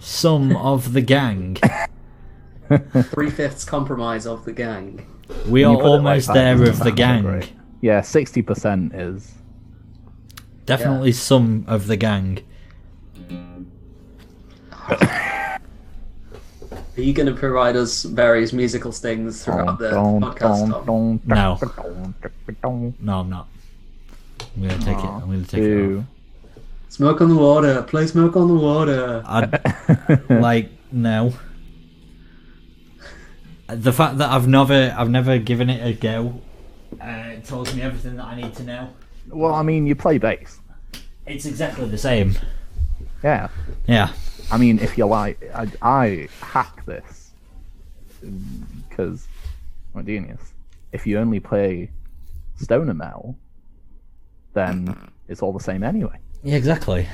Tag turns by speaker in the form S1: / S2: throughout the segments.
S1: some of the gang.
S2: Three fifths compromise of the gang.
S1: We
S3: You
S1: are
S3: put it like
S1: almost
S3: that,
S1: there
S3: doesn't
S1: of the
S3: sound so
S1: gang.
S3: great. Yeah, sixty percent is.
S1: Definitely some of the gang.
S2: Are you going to provide us various musical stings throughout the podcast? Tom?
S1: No. No, I'm not. I'm gonna take it. I'm gonna take it. Off.
S3: Two.
S2: Smoke on the water. Play smoke on the water.
S1: I like no. The fact that I've never, I've never given it a go, uh, tells me everything that I need to know.
S3: well, I mean, you play bass.
S1: It's exactly the same.
S3: Yeah.
S1: Yeah.
S3: I mean, if you like, I, I hack this because I'm a genius. If you only play stoner metal, then it's all the same anyway,
S1: Yeah, exactly.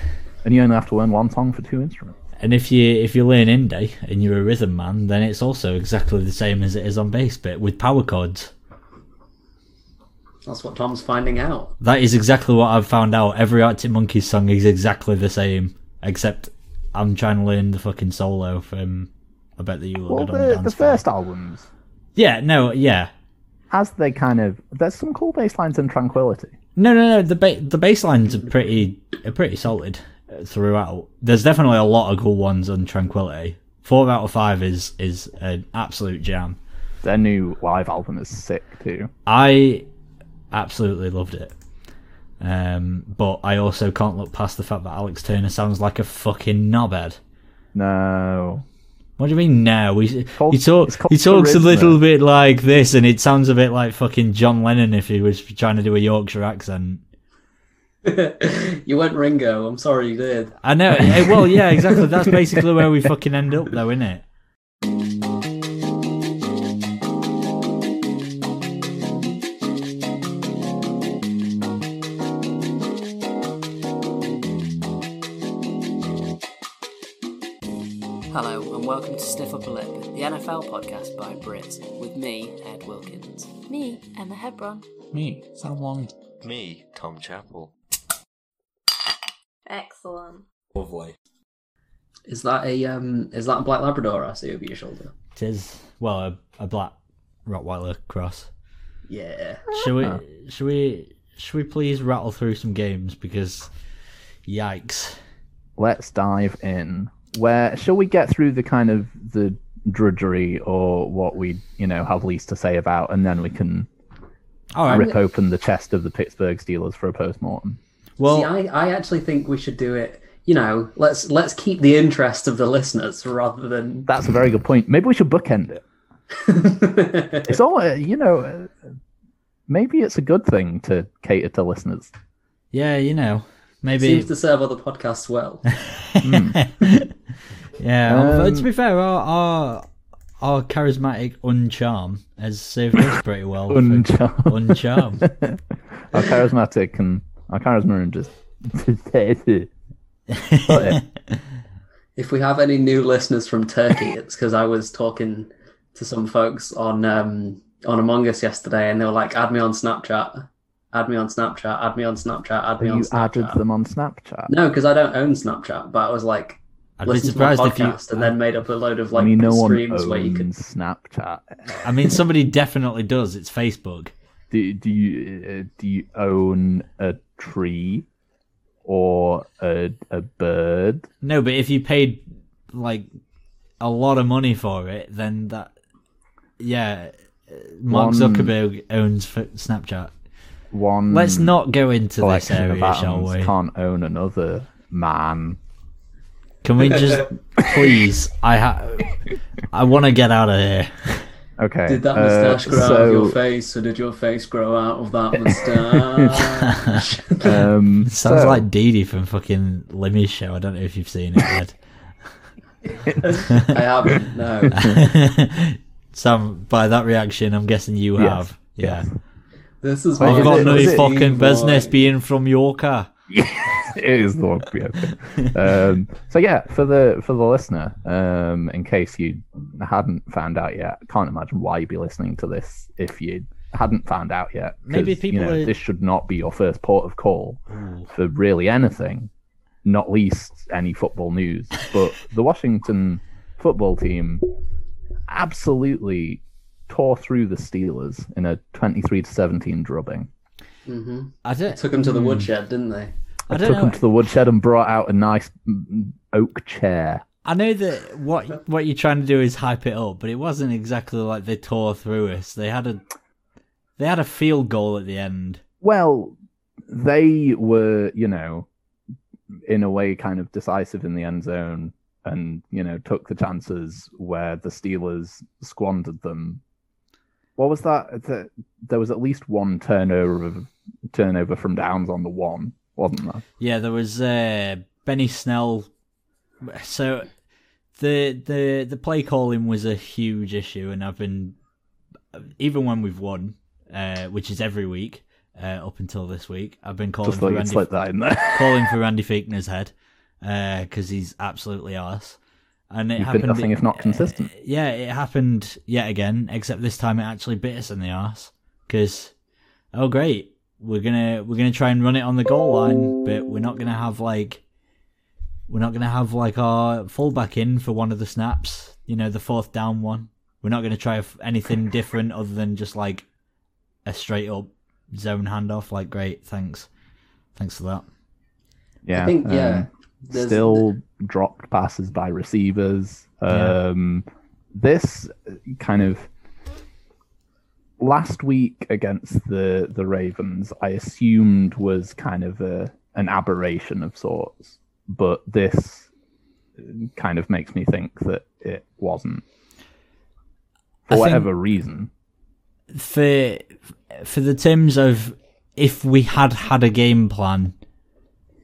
S3: and you only have to learn one song for two instruments.
S1: And if you if you learn indie and you're a rhythm man, then it's also exactly the same as it is on bass, but with power chords.
S2: That's what Tom's finding out.
S1: That is exactly what I've found out. Every Arctic Monkeys song is exactly the same, except I'm trying to learn the fucking solo from. I bet that you look
S3: Well,
S1: good on the
S3: the,
S1: dance
S3: the
S1: floor.
S3: first albums,
S1: Yeah, no, yeah,
S3: as they kind of, there's some cool bass lines in Tranquility.
S1: no, no, no. The ba- the bass lines are pretty are pretty solid uh, throughout. There's definitely a lot of cool ones on Tranquility. Four out of five is is an absolute jam.
S3: Their new live album is sick too.
S1: I absolutely loved it. Um, but I also can't look past the fact that Alex Turner sounds like a fucking knobhead.
S3: No,
S1: What do you mean now? He,
S3: called-
S1: he, talk,
S3: it's called
S1: he talks a
S3: charisma.
S1: little bit like this, and it sounds a bit like fucking John Lennon if he was trying to do a Yorkshire accent.
S2: You went Ringo. I'm sorry you did.
S1: I know. eh, well, yeah, exactly. That's basically where we fucking end up, though, isn't it?
S4: Hello and welcome to Stiff Up a Lip, the NFL podcast by Brits, with me, Ed Wilkins.
S5: Me, Emma Hebron.
S6: Me, Sam Long.
S7: Me, Tom Chappell.
S5: Excellent.
S6: Lovely.
S2: Is that a um? Is that a black Labrador I see over your shoulder?
S1: It is well a, a black Rottweiler cross.
S2: Yeah.
S1: Should we? Should we? Should we please rattle through some games because, yikes!
S3: let's dive in. Where shall we get through the kind of the drudgery or what we you know have least to say about, and then we can
S1: All right.
S3: rip open the chest of the Pittsburgh Steelers for a post mortem.
S1: Well,
S2: See, I, I actually think we should do it. You know, let's let's keep the interest of the listeners rather than
S3: That's a very good point. Maybe we should bookend it. It's all uh, you know. uh, Maybe it's a good thing to cater to listeners.
S1: yeah, you know, maybe
S2: seems to serve other podcasts well.
S1: Mm. Yeah, well,
S3: Um,
S1: to be fair, our, our our charismatic uncharm has saved us pretty well. for-
S3: Uncharm.
S1: uncharm.
S3: Our charismatic and our charisma and just.
S2: if we have any new listeners from Turkey, it's because I was talking to some folks on um on Among Us yesterday, and they were like, "Add me on Snapchat, add me on Snapchat, add me on Snapchat, add me on
S3: you
S2: Snapchat."
S3: added them on Snapchat.
S2: No, because I don't own Snapchat, but I was like,
S1: I'd be
S2: listen to my
S1: surprised if you.
S2: podcast, and then made up a load of
S3: I
S2: like
S3: mean, no one
S2: streams
S3: owns
S2: where you could.
S3: Snapchat.
S1: I mean, somebody definitely does. It's Facebook.
S3: do do you uh, do you own a tree or a a bird?
S1: No, but if you paid like a lot of money for it, then that yeah, uh, Mark
S3: One-
S1: Zuckerberg owns f- Snapchat.
S3: One
S1: Let's not go into this
S3: collection
S1: area,
S3: of
S1: shall
S3: atoms
S1: we?
S3: can't own another man.
S1: Can we just please? I ha- I want to get out of here.
S3: Okay.
S2: Did that
S3: uh,
S2: moustache grow out of your
S3: so,
S2: face, or did your face grow out of that moustache?
S3: um,
S1: Sounds
S3: so,
S1: like Dee Dee from fucking Limmy's show. I don't know if you've seen it yet.
S2: I haven't. No.
S1: Sam, by that reaction, I'm guessing you
S3: Yes,
S1: have. Yeah.
S2: This is.
S3: Is
S1: I've got
S3: it-
S1: no
S3: is it-
S1: fucking business
S2: Boy.
S1: being from Yorker.
S3: it is the one. yeah, okay. um, so yeah, for the for the listener, um, in case you hadn't found out yet, I can't imagine why you'd be listening to this if you hadn't found out yet. 'cause,
S1: Maybe
S3: you
S1: people
S3: know,
S1: are- Hmm.
S3: this should not be your first port of call for really anything. not least any football news, but the Washington football team absolutely tore through the Steelers in a 23 to 17 drubbing.
S2: hmm
S1: I don't.
S2: Took them to the woodshed, didn't they?
S1: I
S3: I
S1: don't
S3: took them
S1: know.
S3: to the woodshed and brought out a nice mm, oak chair.
S1: I know that what what you're trying to do is hype it up, but it wasn't exactly like they tore through us. They had a they had a field goal at the end.
S3: Well, they were, you know, in a way kind of decisive in the end zone and, you know, took the chances where the Steelers squandered them. What was that? Th- There was at least one turnover of, turnover from downs on the one, wasn't there?
S1: Yeah, there was uh, Benny Snell. So the the the play calling was a huge issue, and I've been even when we've won, uh, which is every week uh, up until this week, I've been
S2: Oh,
S1: calling
S3: Just
S1: for
S3: thought you'd
S1: Randy
S3: slip that in there.
S1: calling for Randy Fickner's head because he's absolutely arse. And it
S3: You've been
S1: happened,
S3: nothing if not consistent.
S1: Uh, yeah, it happened yet again, except this time it actually bit us in the arse. Because oh great, we're gonna we're gonna try and run it on the goal line, but we're not gonna have like we're not gonna have like our fullback in for one of the snaps. You know, the fourth down one. We're not gonna try f- anything different other than just like a straight up zone handoff. Like great, thanks, thanks for that.
S3: Yeah,
S2: I think, yeah.
S3: um,
S2: There's-
S3: still dropped passes by receivers.
S1: Yeah.
S3: Um, This kind of last week against the the Ravens, I assumed was kind of a an aberration of sorts, but this kind of makes me think that it wasn't
S1: I
S3: for
S1: think-
S3: whatever reason.
S1: for for the terms of if we had had a game plan,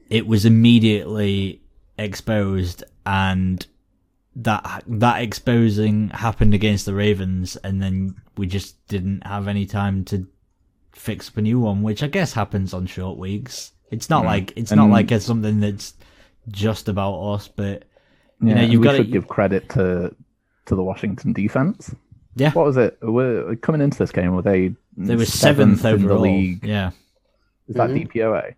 S1: it was immediately exposed, and that that exposing happened against the Ravens, and then we just didn't have any time to fix up a new one, which I guess happens on short weeks. It's not like it's not
S3: Hmm. And-
S1: like it's something that's just about us, but
S3: You
S1: know, you've
S3: we
S1: gotta-
S3: should give credit to to the Washington defense.
S1: Yeah.
S3: What was it? Were coming into this game, were they?
S1: they were seventh,
S3: in the
S1: overall.
S3: league.
S1: Yeah.
S3: Is that
S2: Mhm.
S3: DPOA?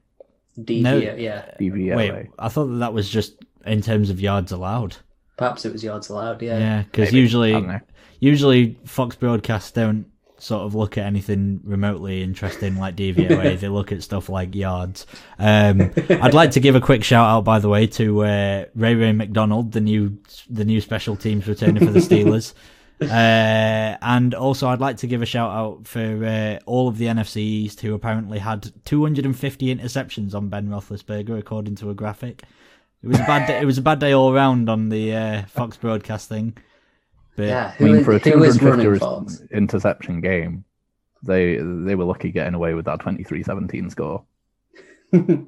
S2: DV,
S1: No.
S2: yeah.
S3: DVOA.
S1: Wait, I thought that, that was just in terms of yards allowed.
S2: Perhaps it was yards allowed, yeah.
S1: Yeah, because
S3: Maybe. I
S1: usually
S3: don't know.
S1: usually Fox broadcasts don't sort of look at anything remotely interesting like DVOA. they look at stuff like yards. Um, I'd like to give a quick shout out, by the way, to uh, Ray Ray McDonald, the new the new special teams returner for the Steelers. Uh, and also, I'd like to give a shout out for uh, all of the NFC East who apparently had 250 interceptions on Ben Roethlisberger, according to a graphic. It was a bad. Day, it was a bad day all round on the uh, Fox broadcast thing. But
S2: Yeah,
S3: I
S2: who,
S3: mean,
S2: is-
S3: for a
S2: who is
S3: 250
S2: running
S3: res-
S2: Fox?
S3: interception game, they they were lucky getting away with that 23-17 score.
S1: Mm.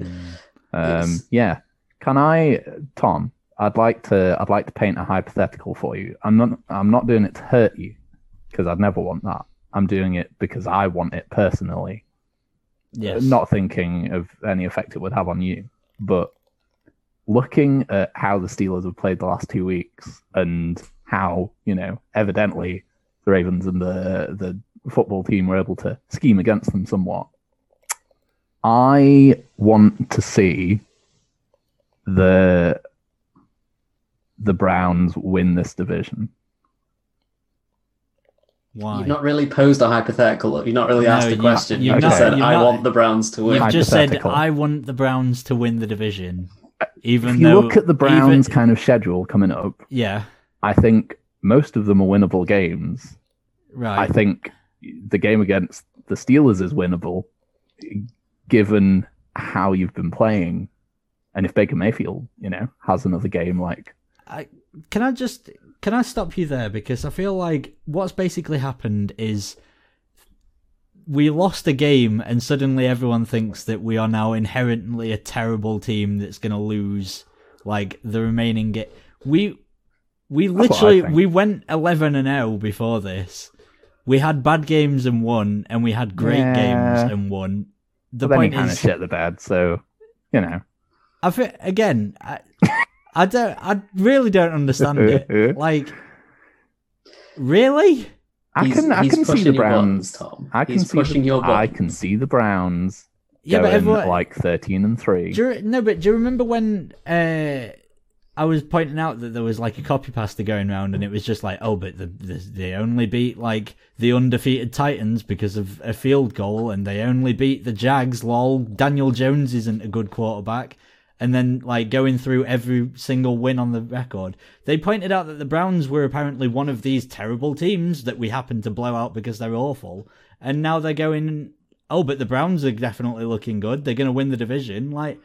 S3: Um,
S2: Yes.
S3: Yeah. Can I, Tom? I'd like to. I'd like to paint a hypothetical for you. I'm not. I'm not doing it to hurt you, because I'd never want that. I'm doing it because I want it personally.
S1: Yes.
S3: not thinking of any effect it would have on you, but looking at how the Steelers have played the last two weeks and how, you know, evidently the Ravens and the the football team were able to scheme against them somewhat. I want to see the the Browns win this division.
S1: Why?
S2: You've not really posed a hypothetical. You've not really
S1: No,
S2: asked a
S1: you've-
S2: question. You've
S1: you've
S2: just
S3: not-
S2: said,
S1: you've
S2: "I
S1: not-
S2: want the Browns to win."
S1: You've just said
S3: Hypothetical. Uh,
S1: I want the Browns to win the division. Even
S3: If you
S1: though
S3: look at the Browns
S1: even-
S3: kind of schedule coming up,
S1: yeah,
S3: I think most of them are winnable games. I
S1: right.
S3: think the game against the Steelers is winnable, given how you've been playing, and if Baker Mayfield, you know, has another game like
S1: I, can I just can I stop you there because I feel like what's basically happened is we lost a game and suddenly everyone thinks that we are now inherently a terrible team that's going to lose like the remaining game. We we
S3: what I
S1: literally
S3: think.
S1: we went 11 and 0 before this. We had bad games and won and we had great
S3: Yeah.
S1: games and won. The
S3: but then he
S1: point
S3: kind of
S1: is
S3: shit the bed. So you know,
S1: I fe- again I, I don't I really don't understand it. Like, really?
S3: I
S2: He's-
S3: can I
S2: he's
S3: can see
S2: pushing
S3: the
S2: your
S3: Browns.
S2: buttons, Tom.
S3: I can
S2: he's
S3: see the-
S2: pushing your
S3: I
S2: buttons.
S3: can see the Browns
S1: yeah, but
S3: going
S1: everyone
S3: like thirteen and three.
S1: Do you, no, but do you remember when uh, I was pointing out that there was like a copy pasta going around, and it was just like, oh, but the, the, they only beat like the undefeated Titans because of a field goal, and they only beat the Jags. Lol, Daniel Jones isn't a good quarterback. And then, like going through every single win on the record, they pointed out that the Browns were apparently one of these terrible teams that we happened to blow out because they're awful. And now they're going oh, but the Browns are definitely looking good. They're going to win the division. Like,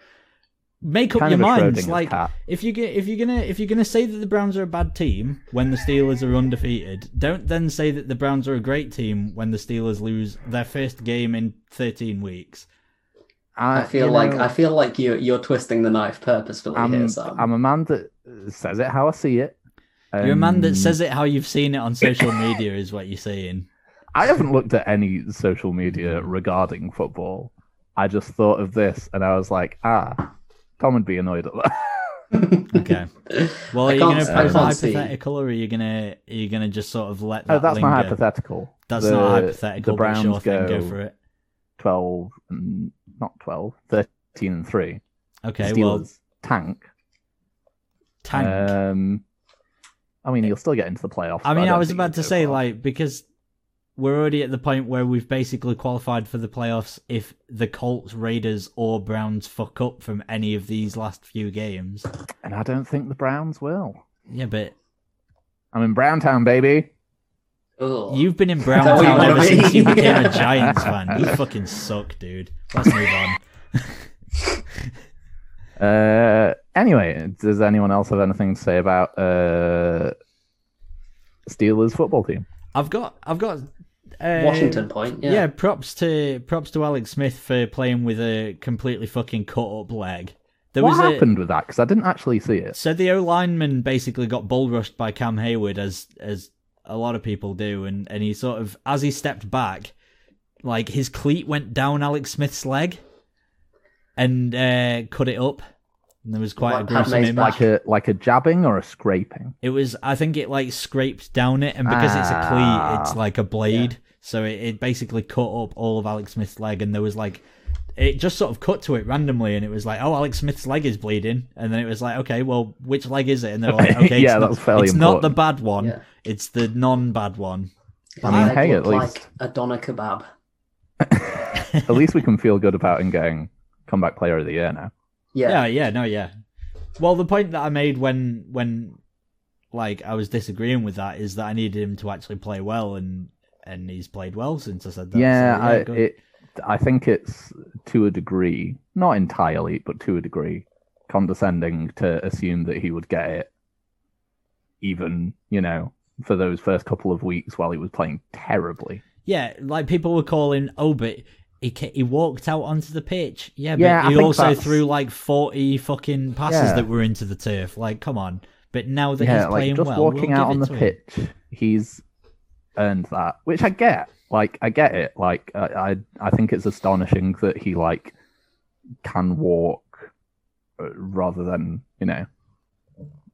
S1: make up
S3: Kind
S1: your
S3: of a
S1: minds.
S3: Schrödinger's
S1: Like,
S3: cat.
S1: if you get if you're gonna if you're gonna say that the Browns are a bad team when the Steelers are undefeated, don't then say that the Browns are a great team when the Steelers lose their first game in 13 weeks.
S2: I feel
S3: you
S2: like
S3: know,
S2: I feel like you you're twisting the knife purposefully here,
S3: I'm,
S2: Sam.
S3: I'm a man that says it how I see it.
S1: you're a man that
S3: and
S1: says it how you've seen it on social media, is what you're saying.
S3: I haven't looked at any social media
S1: Mm-hmm.
S3: regarding football. I just thought of this and I was like, ah, Tom would be annoyed at that.
S1: Okay. Well,
S2: I
S1: are you going
S2: can't-
S1: to
S2: I
S1: pose a
S2: can't see.
S1: hypothetical, or are you gonna are you gonna just sort of let that?
S3: no, Oh, that's
S1: linger?
S3: not hypothetical.
S1: That's
S3: The-
S1: not hypothetical.
S3: The
S1: but
S3: Browns
S1: sure thing,
S3: go,
S1: go for it.
S3: 12, and, not 12, 13 and 3.
S1: Okay.
S3: Steelers
S1: Well,
S3: tank.
S1: tank.
S3: Um, I mean, he'll still get into the playoffs.
S1: I
S3: but
S1: mean, I,
S3: don't
S1: was
S3: think
S1: about
S3: he'll go
S1: to say,
S3: far.
S1: like, because we're already at the point where we've basically qualified for the playoffs if the Colts, Raiders, or Browns fuck up from any of these last few games.
S3: and I don't think the Browns will.
S1: Yeah, but
S3: I'm in Browntown, baby.
S2: Ugh.
S8: Oh,
S1: you've been in
S2: that what you
S1: Browntown
S2: wanna
S1: ever
S2: be?
S1: since you became a Giants fan. You fucking suck, dude. Let's move on.
S3: Uh, anyway, does anyone else have anything to say about uh, Steelers football team?
S1: I've got, I've got. Uh,
S2: Washington point.
S1: Yeah.
S2: Yeah.
S1: props to props to Alex Smith for playing with a completely fucking cut up leg. There
S3: what
S1: was a,
S3: happened with that? Because I didn't actually see it.
S1: So the O lineman basically got bull rushed by Cam Hayward, as as a lot of people do, and and he sort of as he stepped back, like his cleat went down Alex Smith's leg, and uh, cut it up. And there was quite
S2: Like
S1: a gruesome
S2: Padme's
S1: image.
S2: back.
S3: Like a like a jabbing or a scraping.
S1: It was, I think, it like scraped down it, and because it's a cleat,
S3: Ah.
S1: it's like a blade. So it, it basically cut up all of Alex Smith's leg, and there was like, it just sort of cut to it randomly, and it was like, oh, Alex Smith's leg is bleeding, and then it was like, okay, well, which leg is it? And they're like, okay,
S3: Yeah,
S1: it's
S3: that's
S1: not,
S3: fairly
S1: it's not the bad one,
S2: Yeah.
S1: it's the non-bad one.
S3: I mean,
S2: Like,
S3: hey, at
S2: look
S3: least-
S2: like a doner kebab.
S3: At least we can feel good about him getting comeback player of the year now.
S1: Yeah,
S2: Yeah,
S1: yeah, no, yeah. Well, the point that I made when when like I was disagreeing with that is that I needed him to actually play well, and and he's played well since I said that.
S3: yeah,
S1: so,
S3: I,
S1: good.
S3: it, I think it's to a degree, not entirely, but to a degree, condescending to assume that he would get it, even you know, for those first couple of weeks while he was playing terribly.
S1: Yeah, like people were calling, oh, but he ca- he walked out onto the pitch. Yeah, but
S3: Yeah, I
S1: he
S3: think
S1: also
S3: that's-
S1: threw like forty fucking passes
S3: Yeah.
S1: that were into the turf. Like, come on. But now that he's
S3: yeah, like
S1: playing
S3: just
S1: well,
S3: walking
S1: we'll
S3: out on
S1: give it
S3: the
S1: to him.
S3: pitch, he's earned that, which I get. Like I get it. Like I, I, I think it's astonishing that he like can walk uh, rather than you know,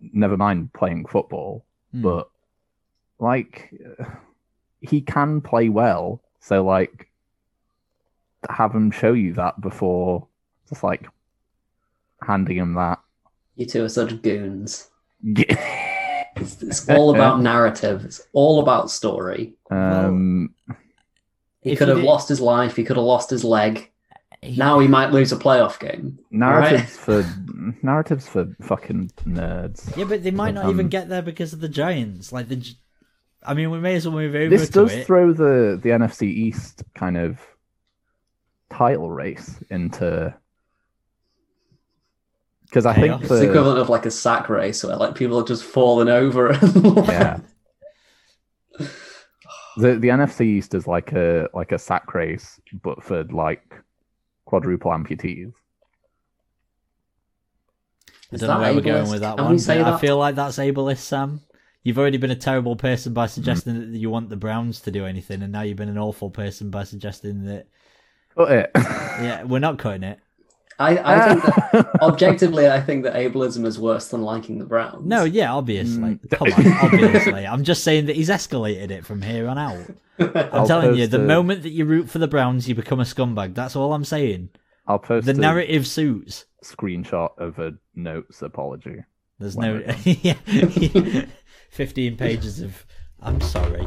S3: never mind playing football,
S1: Hmm.
S3: but like he can play well. So like have him show you that before just like handing him that.
S2: you two are such goons. It's, it's all about narrative. It's all about story.
S3: um,
S2: He
S1: If
S2: could
S1: you
S2: have
S1: did-
S2: lost his life. He could have lost his leg.
S1: He-
S2: Now he might lose a playoff game.
S3: Narratives for narratives for fucking nerds.
S1: Yeah, but they might not even
S3: Um,
S1: get there because of the Giants. Like the, Gi- I mean, we may as well move over
S3: This
S1: to
S3: does
S1: it.
S3: throw the the NFC East kind of title race into because I think
S1: Chaos.
S2: It's the
S3: the
S2: equivalent of like a sack race where like people are just falling over. And
S3: yeah the the NFC East is like a like a sack race, but for like quadruple amputees.
S1: I
S2: Is
S1: don't know
S2: that
S1: where we're going
S2: ableist?
S1: with that
S2: Can we
S1: one.
S2: say
S1: but I
S2: that?
S1: feel like that's ableist, Sam. You've already been a terrible person
S3: Mm.
S1: by suggesting that you want the Browns to do anything, and now you've been an awful person by suggesting that.
S3: Cut it.
S1: Yeah, we're not cutting it.
S2: I, I think that objectively, I think that ableism is worse than liking the Browns.
S1: No, yeah, obviously.
S3: Mm.
S1: Come on, obviously. I'm just saying that he's escalated it from here on out. I'm
S3: I'll
S1: telling you,
S3: post
S1: the
S3: a-
S1: moment that you root for the Browns, you become a scumbag. That's all I'm saying.
S3: I'll post
S1: The
S3: a
S1: narrative suits.
S3: screenshot of a notes apology.
S1: There's
S3: Why
S1: no. Yeah. 15 pages of. I'm sorry.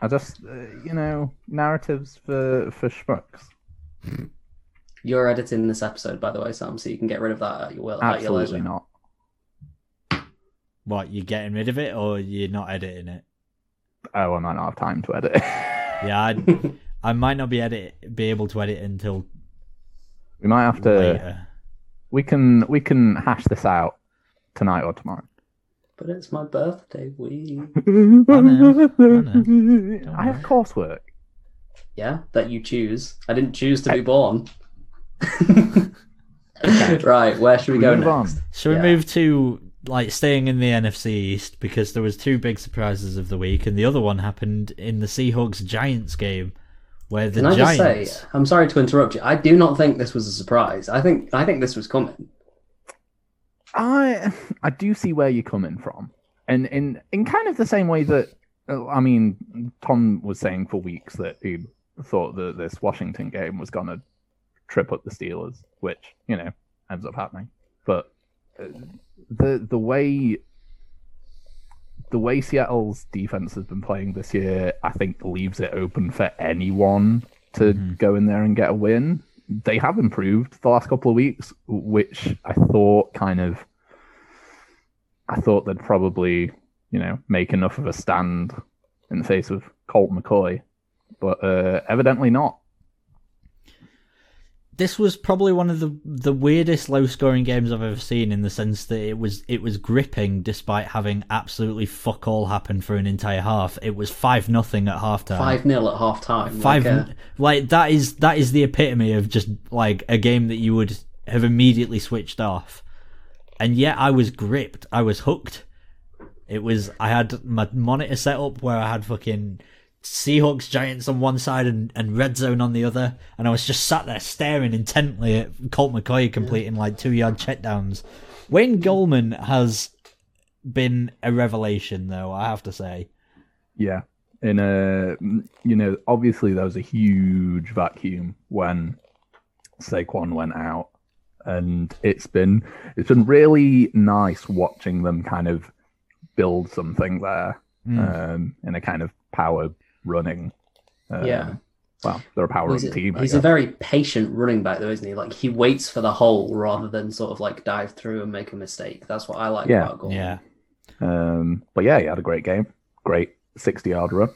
S3: I just, uh, you know, narratives for for schmucks.
S2: You're editing this episode, by the way, Sam, so you can get rid of that at your will. at your
S3: Absolutely
S2: leisure.
S3: not.
S1: What, you're getting rid of it or you're not editing it?
S3: Oh, I might not have time to edit.
S1: Yeah, I, I might not be edit be able to edit until
S3: we might have to.
S1: later.
S3: We can we can hash this out tonight or tomorrow.
S2: But it's my birthday week.
S1: know, I know.
S3: I have coursework.
S2: Yeah, that you choose. I didn't choose to be born. right, where should we go
S3: Move on.
S2: next?
S1: Shall we
S2: Yeah.
S1: move to like staying in the NFC East because there was two big surprises of the week, and the other one happened in the Seahawks Giants game, where the
S2: Can I just
S1: Giants.
S2: say, I'm sorry to interrupt you. I do not think this was a surprise. I think I think this was coming.
S3: I I do see where you're coming from, and in in kind of the same way that uh, I mean, Tom was saying for weeks that he thought that this Washington game was gonna trip up the Steelers, which you know ends up happening. But uh, the the way the way Seattle's defense has been playing this year, I think leaves it open for anyone to go in there and get a win. They have improved the last couple of weeks, which I thought kind of I thought they'd probably, you know, make enough of a stand in the face of Colt McCoy, but uh, evidently not.
S1: this was probably one of the the weirdest low scoring games I've ever seen in the sense that it was it was gripping despite having absolutely fuck all happen for an entire half. It was five nothing at halftime.
S2: Five 0 at half time.
S1: five
S2: Like, uh,
S1: like that is that is the epitome of just like a game that you would have immediately switched off and yet i was gripped i was hooked it was i had my monitor set up where i had fucking seahawks giants on one side and, and red zone on the other and i was just sat there staring intently at colt mccoy completing like two yard checkdowns wayne goldman has been a revelation though i have to say
S3: Yeah. In a, you know, obviously there was a huge vacuum when Saquon went out, and it's been it's been really nice watching them kind of build something there
S1: Mm.
S3: um, in a kind of power running. Um,
S2: Yeah.
S3: Well, they're a power
S2: he's
S3: running
S2: a,
S3: team. I
S2: he's a
S3: guess.
S2: very patient running back, though, isn't he? Like he waits for the hole rather than sort of like dive through and make a mistake. That's what I like
S3: Yeah.
S2: about Gordon.
S1: yeah
S3: Um, but yeah, he had a great game. Great 60 yard run.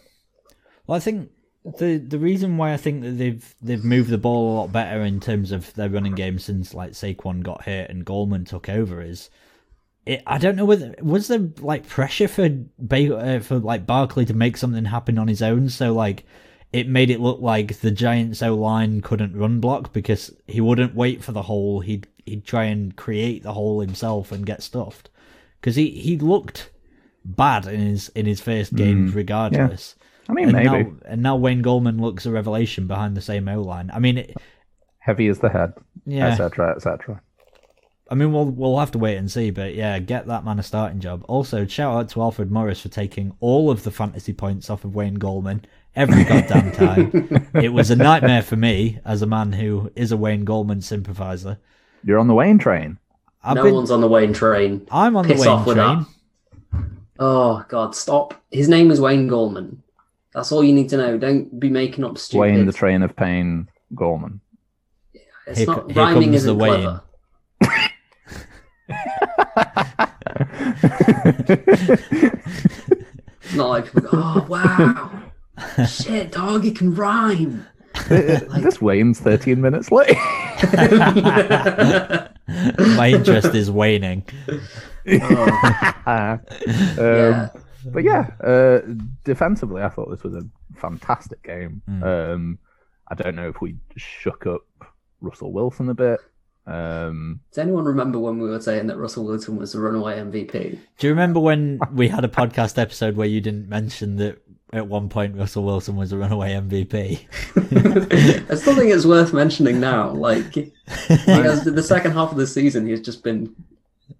S1: Well, I think the the reason why I think that they've they've moved the ball a lot better in terms of their running game since like Saquon got hurt and Goldman took over is. It, I don't know whether was there like pressure for ba- uh, for like Barkley to make something happen on his own, so like it made it look like the Giants O line couldn't run block because he wouldn't wait for the hole. He'd he'd try and create the hole himself and get stuffed because he, he looked bad in his in his first games regardless.
S3: I mean,
S1: And
S3: maybe.
S1: now, and now Wayne Goldman looks a revelation behind the same O line. I mean, it,
S3: Heavy as the head,
S1: yeah.
S3: etc., etc.
S1: I mean, we'll we'll have to wait and see, but yeah, get that man a starting job. Also, shout out to Alfred Morris for taking all of the fantasy points off of Wayne Goldman every goddamn time. it was a nightmare for me as a man who is a Wayne Goldman sympathiser.
S3: You're on the Wayne train.
S1: I've
S2: no
S1: been,
S2: one's on the Wayne train.
S1: I'm on the
S2: Piss
S1: Wayne
S2: off with
S1: train.
S2: that. Oh God, stop! His name is Wayne Goldman. That's all you need to know. Don't be making up stupid.
S3: Wayne, the train of pain, Gorman.
S2: it's
S1: Here
S2: not
S1: co- here
S2: rhyming
S1: comes
S2: isn't
S1: the
S2: clever.
S1: Wayne.
S2: It's not like people go, "Oh wow, shit, dog, he can rhyme."
S3: this Wayne's 13 minutes late.
S1: Oh. My interest is waning.
S2: Oh,
S3: Um,
S2: yeah.
S1: Um,
S3: But yeah, uh, defensively, I thought this was a fantastic game. Um, I don't know if we shook up Russell Wilson a bit. Um,
S2: Does anyone remember when we were saying that Russell Wilson was the runaway MVP?
S1: Do you remember when we had a podcast episode where you didn't mention that at one point Russell Wilson was a runaway MVP?
S2: I still think it's worth mentioning now. Like, because the second half of the season, he's just been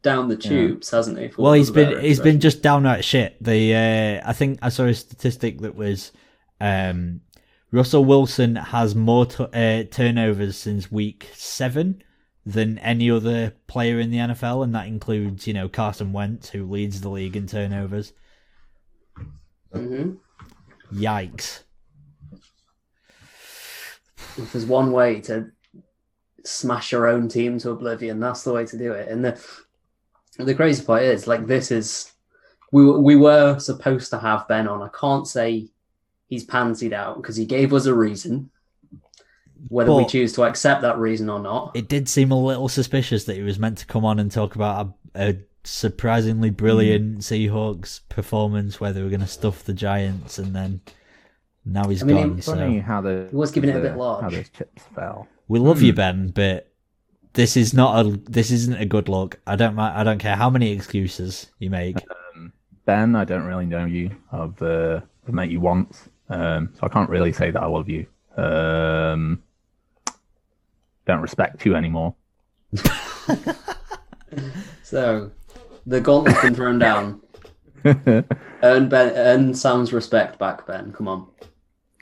S2: down the tubes, hasn't he? for
S1: Well,
S2: want
S1: he's
S2: of a
S1: been
S2: better
S1: he's been
S2: expression?
S1: just downright shit. The uh, I think I saw a statistic that was um, Russell Wilson has more tu- uh, turnovers since week seven than any other player in the NFL, and that includes, you know, Carson Wentz, who leads the league in turnovers.
S2: hmm
S1: Yikes.
S2: If there's one way to smash your own team to oblivion, that's the way to do it. And the the crazy part is, like, this is we were- we were supposed to have Ben on. I can't say he's pansied out because he gave us a reason. Whether we
S1: But-
S2: choose to accept that reason or not,
S1: It did seem a little suspicious that he was meant to come on and talk about a, a surprisingly brilliant
S2: Hmm.
S1: Seahawks performance where they were going to stuff the Giants, and then now he's
S2: I mean,
S1: gone.
S2: it-
S1: so.
S3: Funny how the
S2: He was giving it a
S3: the-
S2: bit large.
S3: How those chips fell.
S1: We love
S3: Hmm.
S1: you, Ben, but this is not a this isn't a good look. I don't mi- I don't care how many excuses you make.
S3: Ben, I don't really know you. I've, uh, I've met you once, um, so I can't really say that I love you. Um, don't respect you anymore.
S2: so the gauntlet's been thrown down. Earn Ben, earn Sam's respect back, Ben. Come on.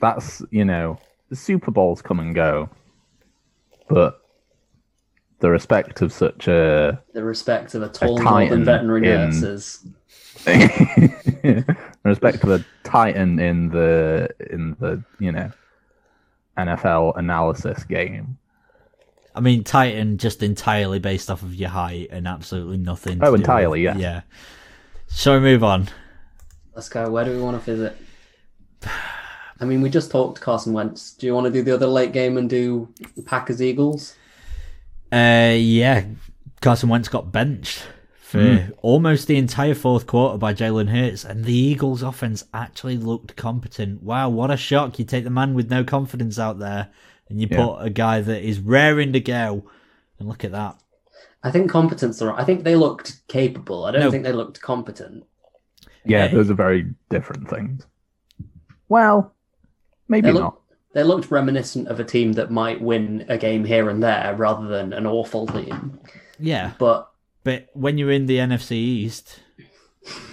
S3: That's you know, the Super Bowls come and go, but the respect of such a
S2: the respect of a tall
S3: titan
S2: northern veterinary
S3: in-
S2: nurse is
S3: the respect of a titan in the in the you know NFL analysis game.
S1: I mean, Titan just entirely based off of your height and absolutely nothing. to
S3: Oh,
S1: do with-
S3: entirely, yeah.
S1: Yeah. Shall we move on?
S2: let's go where do we want to visit i mean we just talked carson wentz do you want to do the other late game and do packers eagles
S1: Uh, yeah. Carson Wentz got benched for
S3: Hmm.
S1: almost the entire fourth quarter by Jalen Hurts, and the Eagles' offense actually looked competent. Wow, what a shock! You take the man with no confidence out there, and you
S3: Yeah.
S1: put a guy that is raring to go, and look at that.
S2: i think competence are i think they looked capable i don't
S1: No.
S2: think they looked competent
S3: Yeah,
S1: Okay.
S3: those are very different things. Well, maybe
S2: they, look-
S3: not.
S2: they looked reminiscent of a team that might win a game here and there rather than an awful team
S1: Yeah,
S2: but
S1: but when you're in the NFC East,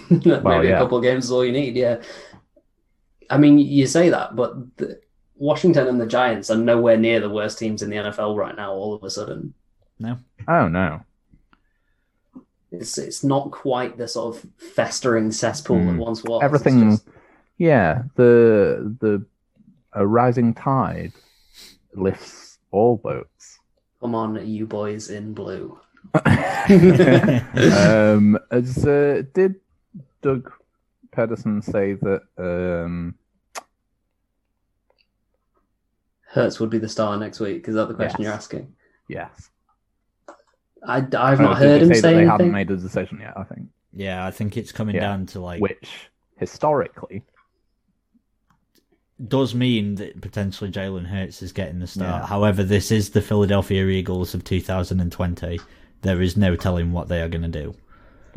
S2: maybe
S3: yeah.
S2: a couple of games is all you need yeah i mean you say that but the, washington and the giants are nowhere near the worst teams in the nfl right now all of a sudden
S3: Oh no.
S2: it's it's not quite the sort of festering cesspool
S3: Mm.
S2: that once was. It's
S3: Everything
S2: just-
S3: yeah, the the a rising tide lifts all boats.
S2: come on, you boys in blue.
S3: um as uh, did Doug Pedersen say that um
S2: Hertz would be the star next week. Is that the question
S3: Yes.
S2: you're asking?
S3: yes.
S2: I, I've
S3: Oh,
S2: not
S3: did
S2: heard
S3: they
S2: him
S3: say that
S2: say,
S3: they
S2: anything.
S3: haven't made a decision yet, I think.
S1: yeah, I think it's coming
S3: Yeah.
S1: down to like
S3: Which historically
S1: does mean that potentially Jalen Hurts is getting the start.
S3: Yeah.
S1: However, this is the Philadelphia Eagles of 2020. There is no telling what they are going to do.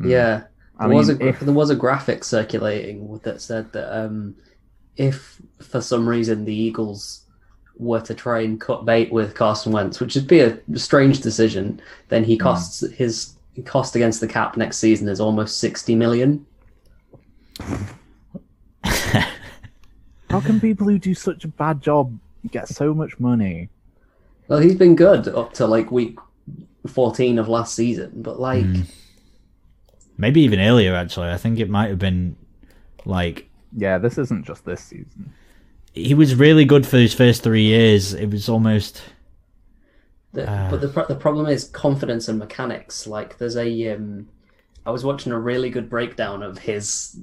S2: Yeah,
S3: mm, I
S2: there was a
S3: mean,
S2: gra-
S3: if-
S2: there was a graphic circulating that said that um, if for some reason the Eagles were to try and cut bait with Carson Wentz, which would be a strange decision, then
S3: Hmm.
S2: he costs his cost against the cap next season is almost sixty million.
S3: how can people who do such a bad job get so much money?
S2: Well, he's been good up to like week 14 of last season, but like,
S1: Hmm. Maybe even earlier, actually. I think it might have been like
S3: Yeah, this isn't just this season.
S1: he was really good for his first three years. It was almost
S2: the, but the pro- the problem is confidence and mechanics. Like, there's a um, I was watching a really good breakdown of his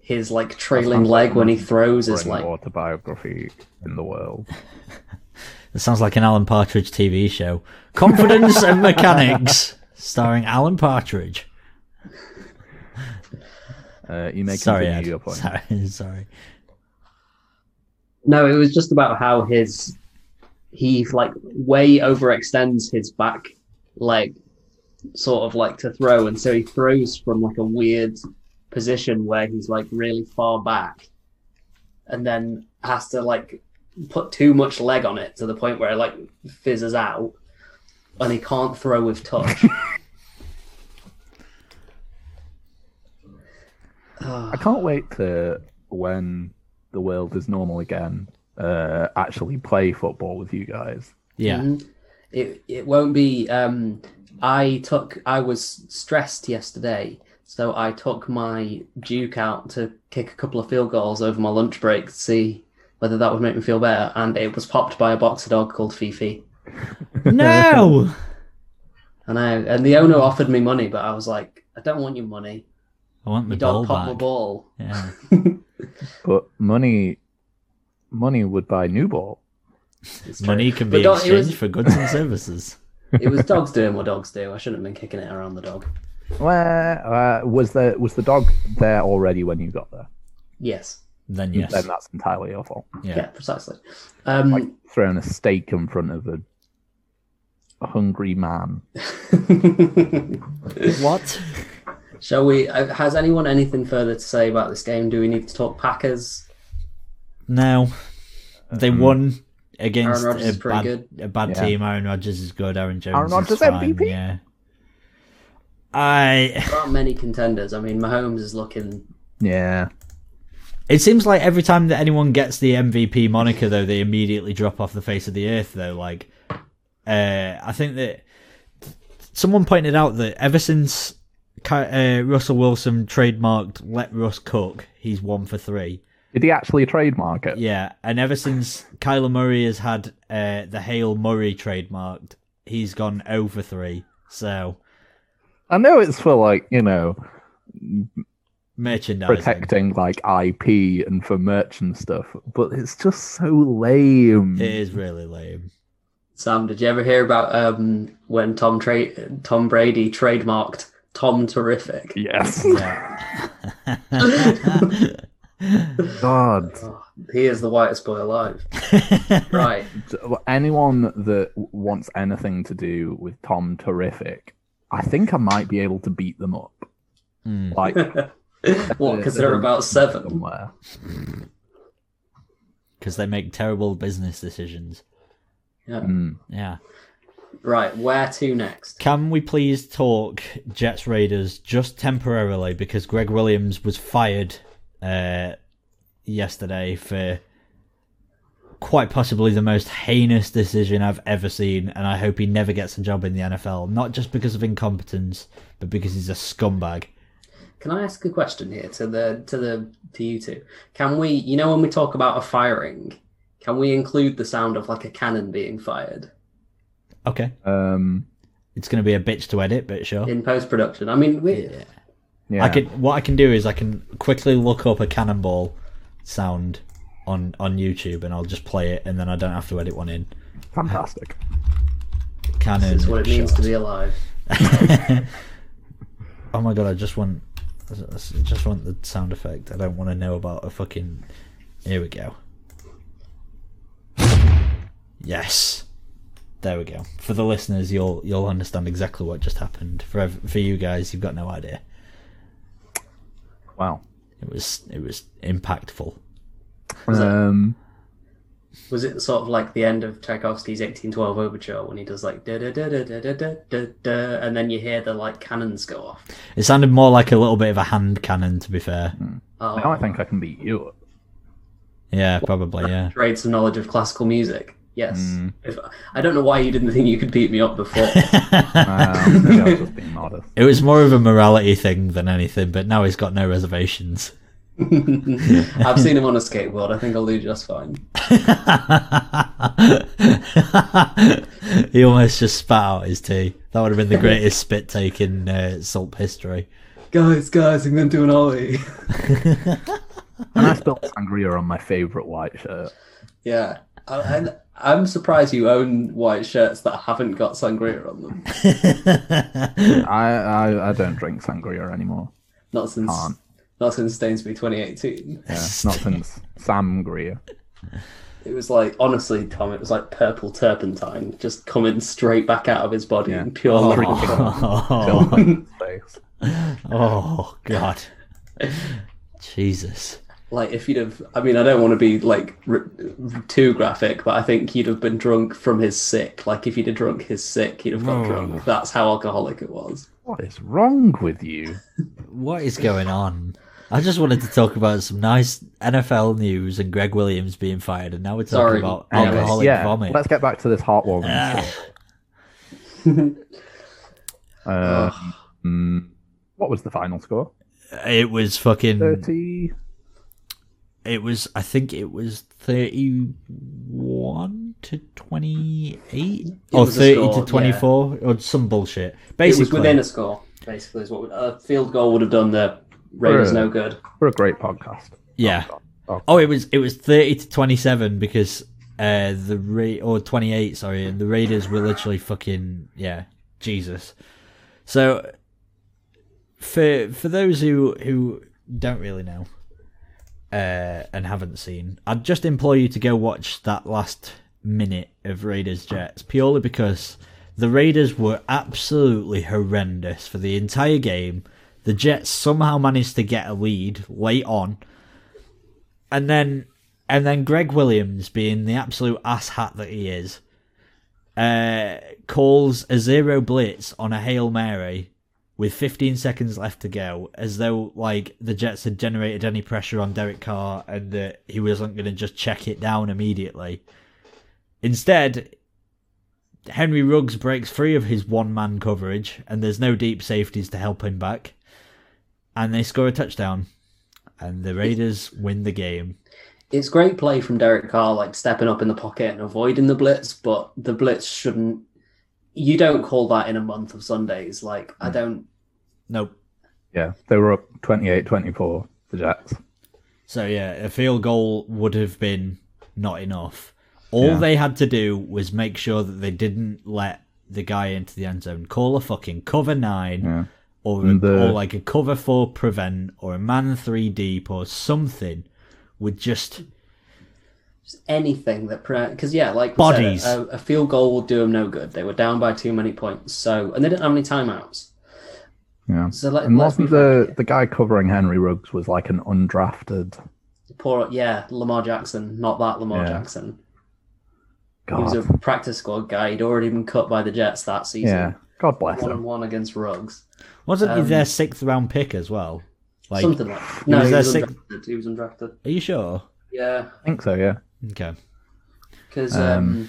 S2: his like trailing
S3: sounds
S2: leg
S3: like
S2: when he
S3: the
S2: throws is
S3: Boring
S2: like
S3: autobiography in the world.
S1: it sounds like an Alan Partridge TV show. Confidence and Mechanics, starring Alan Partridge.
S3: Uh, you may
S1: Sorry,
S3: continue
S1: Ed.
S3: your point.
S1: sorry, sorry.
S2: No, it was just about how his he like way overextends his back leg, sort of like to throw, and so he throws from like a weird position where he's like really far back, and then has to like put too much leg on it to the point where it like fizzes out, and he can't throw with touch. Ah.
S3: I can't wait to when the world is normal again uh, actually play football with you guys.
S1: Yeah.
S2: Mhm. It it won't be. Um, I took. I was stressed yesterday, so I took my Duke out to kick a couple of field goals over my lunch break to see whether that would make me feel better, and it was popped by a boxer dog called Fifi. Mm.
S1: No.
S2: And I and the owner offered me money, but I was like, I don't want your money.
S1: I want the
S2: You don't
S1: ball
S2: pop my
S1: back.
S2: ball.
S1: Yeah.
S3: But money, money would buy new ball.
S2: It's true.
S1: Money can be
S2: But don't- it was-
S1: exchanged for goods and services.
S2: It was dogs doing what dogs do. I shouldn't have been kicking it around the dog.
S3: Well, uh, was the was the dog there already when you got there?
S2: Yes.
S1: Then yes.
S3: Then that's entirely your fault.
S1: yeah.
S2: Yeah, precisely. Um,
S3: Like throwing a steak in front of a, a hungry man.
S1: What?
S2: Shall we? uh, Has anyone anything further to say about this game? Do we need to talk Packers?
S1: No. They won against
S2: Aaron Rodgers
S1: a
S2: is pretty
S1: bad,
S2: good.
S1: a bad
S3: Uh-uh. Yeah.
S1: team. Aaron Rodgers is good. Aaron Jones
S3: Aaron
S1: is
S3: Rodgers
S1: fine.
S3: MVP?
S1: Yeah. I.
S2: There aren't many contenders. I mean, Mahomes is looking.
S3: Yeah,
S1: It seems like every time that anyone gets the MVP moniker, though, they immediately drop off the face of the earth. Though, like, uh, I think that someone pointed out that ever since Ki- uh, Russell Wilson trademarked "Let Russ Cook," he's one for three.
S3: did he actually trademark it?
S1: Yeah, and ever since Kyler Murray has had uh, the Hale Murray trademarked, he's gone over three. So
S3: I know it's for like you know
S1: merchandising.
S3: protecting like IP and for merch and stuff, but it's just so lame.
S1: It is really lame.
S2: Sam, did you ever hear about um, when Tom tra- Tom Brady trademarked Tom Terrific?
S3: Yes,
S1: Yeah.
S3: God.
S2: He is the whitest boy alive. right.
S3: Anyone that wants anything to do with Tom Terrific, I think I might be able to beat them up.
S1: Mm.
S3: Like
S2: What? Because they're about seven.
S3: somewhere.
S1: because they make terrible business decisions.
S2: Yeah.
S3: Mm.
S1: Yeah.
S2: Right. Where to next?
S1: Can we please talk Jets Raiders just temporarily because Greg Williams was fired uh, yesterday for quite possibly the most heinous decision I've ever seen, and I hope he never gets a job in the NFL. Not just because of incompetence, but because he's a scumbag.
S2: Can I ask a question here to the to the to you two? Can we, you know, when we talk about a firing, can we include the sound of like a cannon being fired
S1: Okay,
S3: Um,
S1: it's going to be a bitch to edit, but sure.
S2: in post production? I mean, we,
S3: yeah.
S1: I can. What I can do is I can quickly look up a cannonball sound on on YouTube, and I'll just play it, and then I don't have to edit one in.
S3: Fantastic.
S1: Cannon.
S2: It's what it means
S1: shot.
S2: to be alive.
S1: oh my god! I just want, I just want the sound effect. I don't want to know about a fucking. Here we go. Yes, there we go. For the listeners, you'll you'll understand exactly what just happened. For ev- for you guys, you've got no idea.
S3: Wow.
S1: It was it was impactful.
S3: Um,
S2: Was it sort of like the end of Tchaikovsky's 1812 Overture when he does like da da da da da da da da da, and then you hear the like cannons go off?
S1: It sounded more like a little bit of a hand cannon, to be fair.
S2: Oh,
S3: now I think I can beat you. up.
S1: Yeah, probably. Yeah.
S2: trade some knowledge of classical music. Yes.
S3: Mm.
S2: If, I don't know why you didn't think you could beat me up before.
S3: Um, maybe I was just being modest.
S1: It was more of a morality thing than anything, but now he's got no reservations.
S2: I've seen him on a skateboard. I think I'll do just fine.
S1: he almost just spat out his tea. That would have been the greatest spit take in uh, Salt history.
S2: Guys, guys, I'm going to do an ollie.
S3: And I spilled sangria on my favourite white shirt.
S2: Yeah, I, I, I'm surprised you own white shirts that haven't got sangria on them.
S3: I, I, I don't drink sangria anymore.
S2: Not since
S3: Can't.
S2: not since Stainsby 2018.
S3: Yeah, not since sangria.
S2: It was like honestly, Tom, it was like purple turpentine just coming straight back out of his body in pure liquid.
S1: Oh,
S3: Don't like space.
S1: oh God. Jesus.
S2: Like if you'd have, I mean, I don't want to be like r- too graphic, but I think you'd have been drunk from his sick. Like if you'd have drunk his sick, you'd have got drunk. That's how alcoholic it was.
S3: What is wrong with you?
S1: What is going on? I just wanted to talk about some nice NFL news and Greg Williams being fired, and now we're talking
S2: Sorry.
S1: about
S2: Anyways,
S1: alcoholic
S3: yeah,
S1: vomit.
S3: let's get back to this heartwarming.
S1: Ah,
S3: Uh, mm, what was the final score?
S1: it was fucking.
S3: Thirty.
S1: It was. I think it was thirty-one to twenty-eight, or
S2: was a
S1: thirty
S2: score,
S1: to twenty-four, or some bullshit.
S2: It was
S1: Basically,
S2: within a score, basically, is what a field goal would have done the Raiders
S3: Right.
S2: no good.
S3: We're a great podcast.
S1: yeah.
S3: Oh,
S1: Oh, it was it was thirty to twenty-seven because uh the Ra- or twenty-eight, sorry, and the Raiders were literally fucking yeah, Jesus. So for for those who who don't really know uh and haven't seen, I'd just implore you to go watch that last minute of Raiders Jets purely because the Raiders were absolutely horrendous for the entire game. The Jets somehow managed to get a lead late on and then and then Greg Williams, being the absolute asshat that he is, uh, calls a zero blitz on a hail mary with 15 seconds left to go, as though like the Jets had generated any pressure on Derek Carr and that he wasn't going to just check it down immediately. Instead. Henry Ruggs breaks free of his one man coverage, and there's no deep safeties to help him back. And they score a touchdown, and the Raiders win the game
S2: It's great play from Derek Carr, like stepping up in the pocket and avoiding the blitz, but the blitz shouldn't. You don't call that in a month of Sundays. Like
S3: Hmm.
S2: I don't.
S1: Nope.
S3: Yeah, they were up 28-24, The Jets.
S1: So yeah, a field goal would have been not enough. All
S3: Yeah.
S1: they had to do was make sure that they didn't let the guy into the end zone. Call a fucking cover nine,
S3: Yeah.
S1: or
S3: And
S1: a,
S3: the-
S1: or like a cover four prevent, or a man three deep, or something. Would just
S2: anything that because yeah, like we said,
S1: Bodies.
S2: a, a field goal will do them no good. They were down by too many points, so and they didn't have any timeouts.
S3: Yeah.
S2: So let,
S3: And
S2: let's be
S3: wasn't the, the guy covering Henry Ruggs was like an undrafted
S2: frank. poor yeah Lamar Jackson, not that Lamar
S3: Yeah.
S2: Jackson. He was
S3: God.
S2: a practice squad guy. He'd already been cut by the Jets that season.
S3: yeah. God bless
S2: One on
S3: him.
S2: one against Ruggs.
S1: wasn't he
S2: Um,
S1: their sixth round pick as well? Like,
S2: Something like that. No,
S1: was
S2: he
S1: their
S2: was,
S1: sixth-
S2: undrafted. he was undrafted.
S1: are you sure?
S2: Yeah,
S3: I think so, yeah.
S1: Okay.
S2: because um,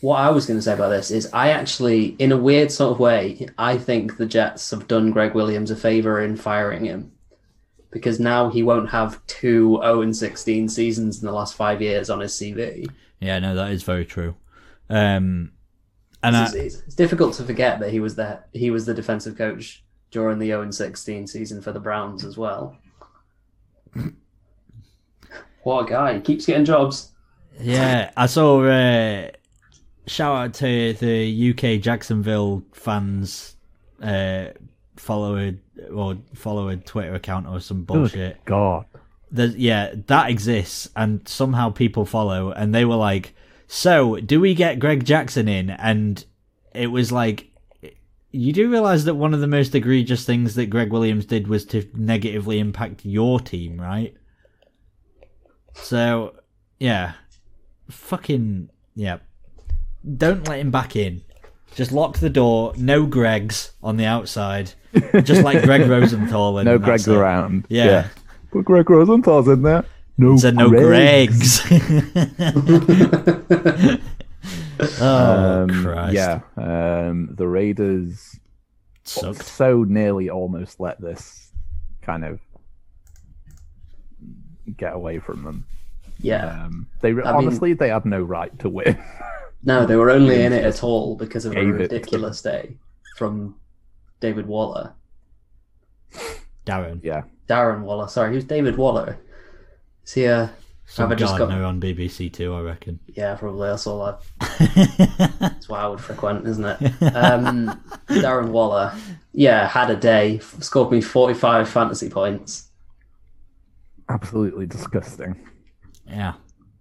S2: what I was going to say about this is I actually, in a weird sort of way, I think the Jets have done Greg Williams a favor in firing him because now he won't have two 0 and 16 seasons in the last five years on his CV.
S1: Yeah, no, that is very true. Um, and I,
S2: It's, it's- it's difficult to forget that he was the he was the defensive coach during the 0 and 16 season for the Browns as well. what a guy! He keeps getting jobs.
S1: Yeah, I saw. Uh, shout out to the UK Jacksonville fans. Uh, follow a or follow a Twitter account or some bullshit.
S3: God.
S1: There's, yeah, that exists, and somehow people follow. And they were like, "So, do we get Greg Jackson in?" And it was like, you do realize that one of the most egregious things that Greg Williams did was to negatively impact your team, right? So, yeah, fucking yeah. Don't let him back in. Just lock the door. No Gregs on the outside. Just like Greg Rosenthal. And
S3: No
S1: that's
S3: Greg's
S1: it.
S3: around.
S1: Yeah.
S3: But Greg Rosenthal's in there. No
S1: It's a no
S3: Greg's.
S1: Greg's. oh
S3: Um,
S1: Christ!
S3: Yeah. Um, the Raiders
S1: sucked.
S3: so nearly almost let this kind of get away from them.
S2: Yeah.
S3: Um, they re-
S2: I mean-
S3: honestly they had no right to win.
S2: No, they were only in it at all because of a
S3: Gave it.
S2: ridiculous day from David Waller.
S1: Darren,
S3: yeah,
S2: Darren Waller, sorry, who's David Waller? Is he a
S1: some
S2: Have I just got-
S1: gardener on BBC Two, I reckon.
S2: yeah, probably that's all I that's what I would frequent, isn't it? Um, Darren Waller, yeah, had a day, f- scored me forty five fantasy points.
S3: absolutely disgusting.
S1: yeah,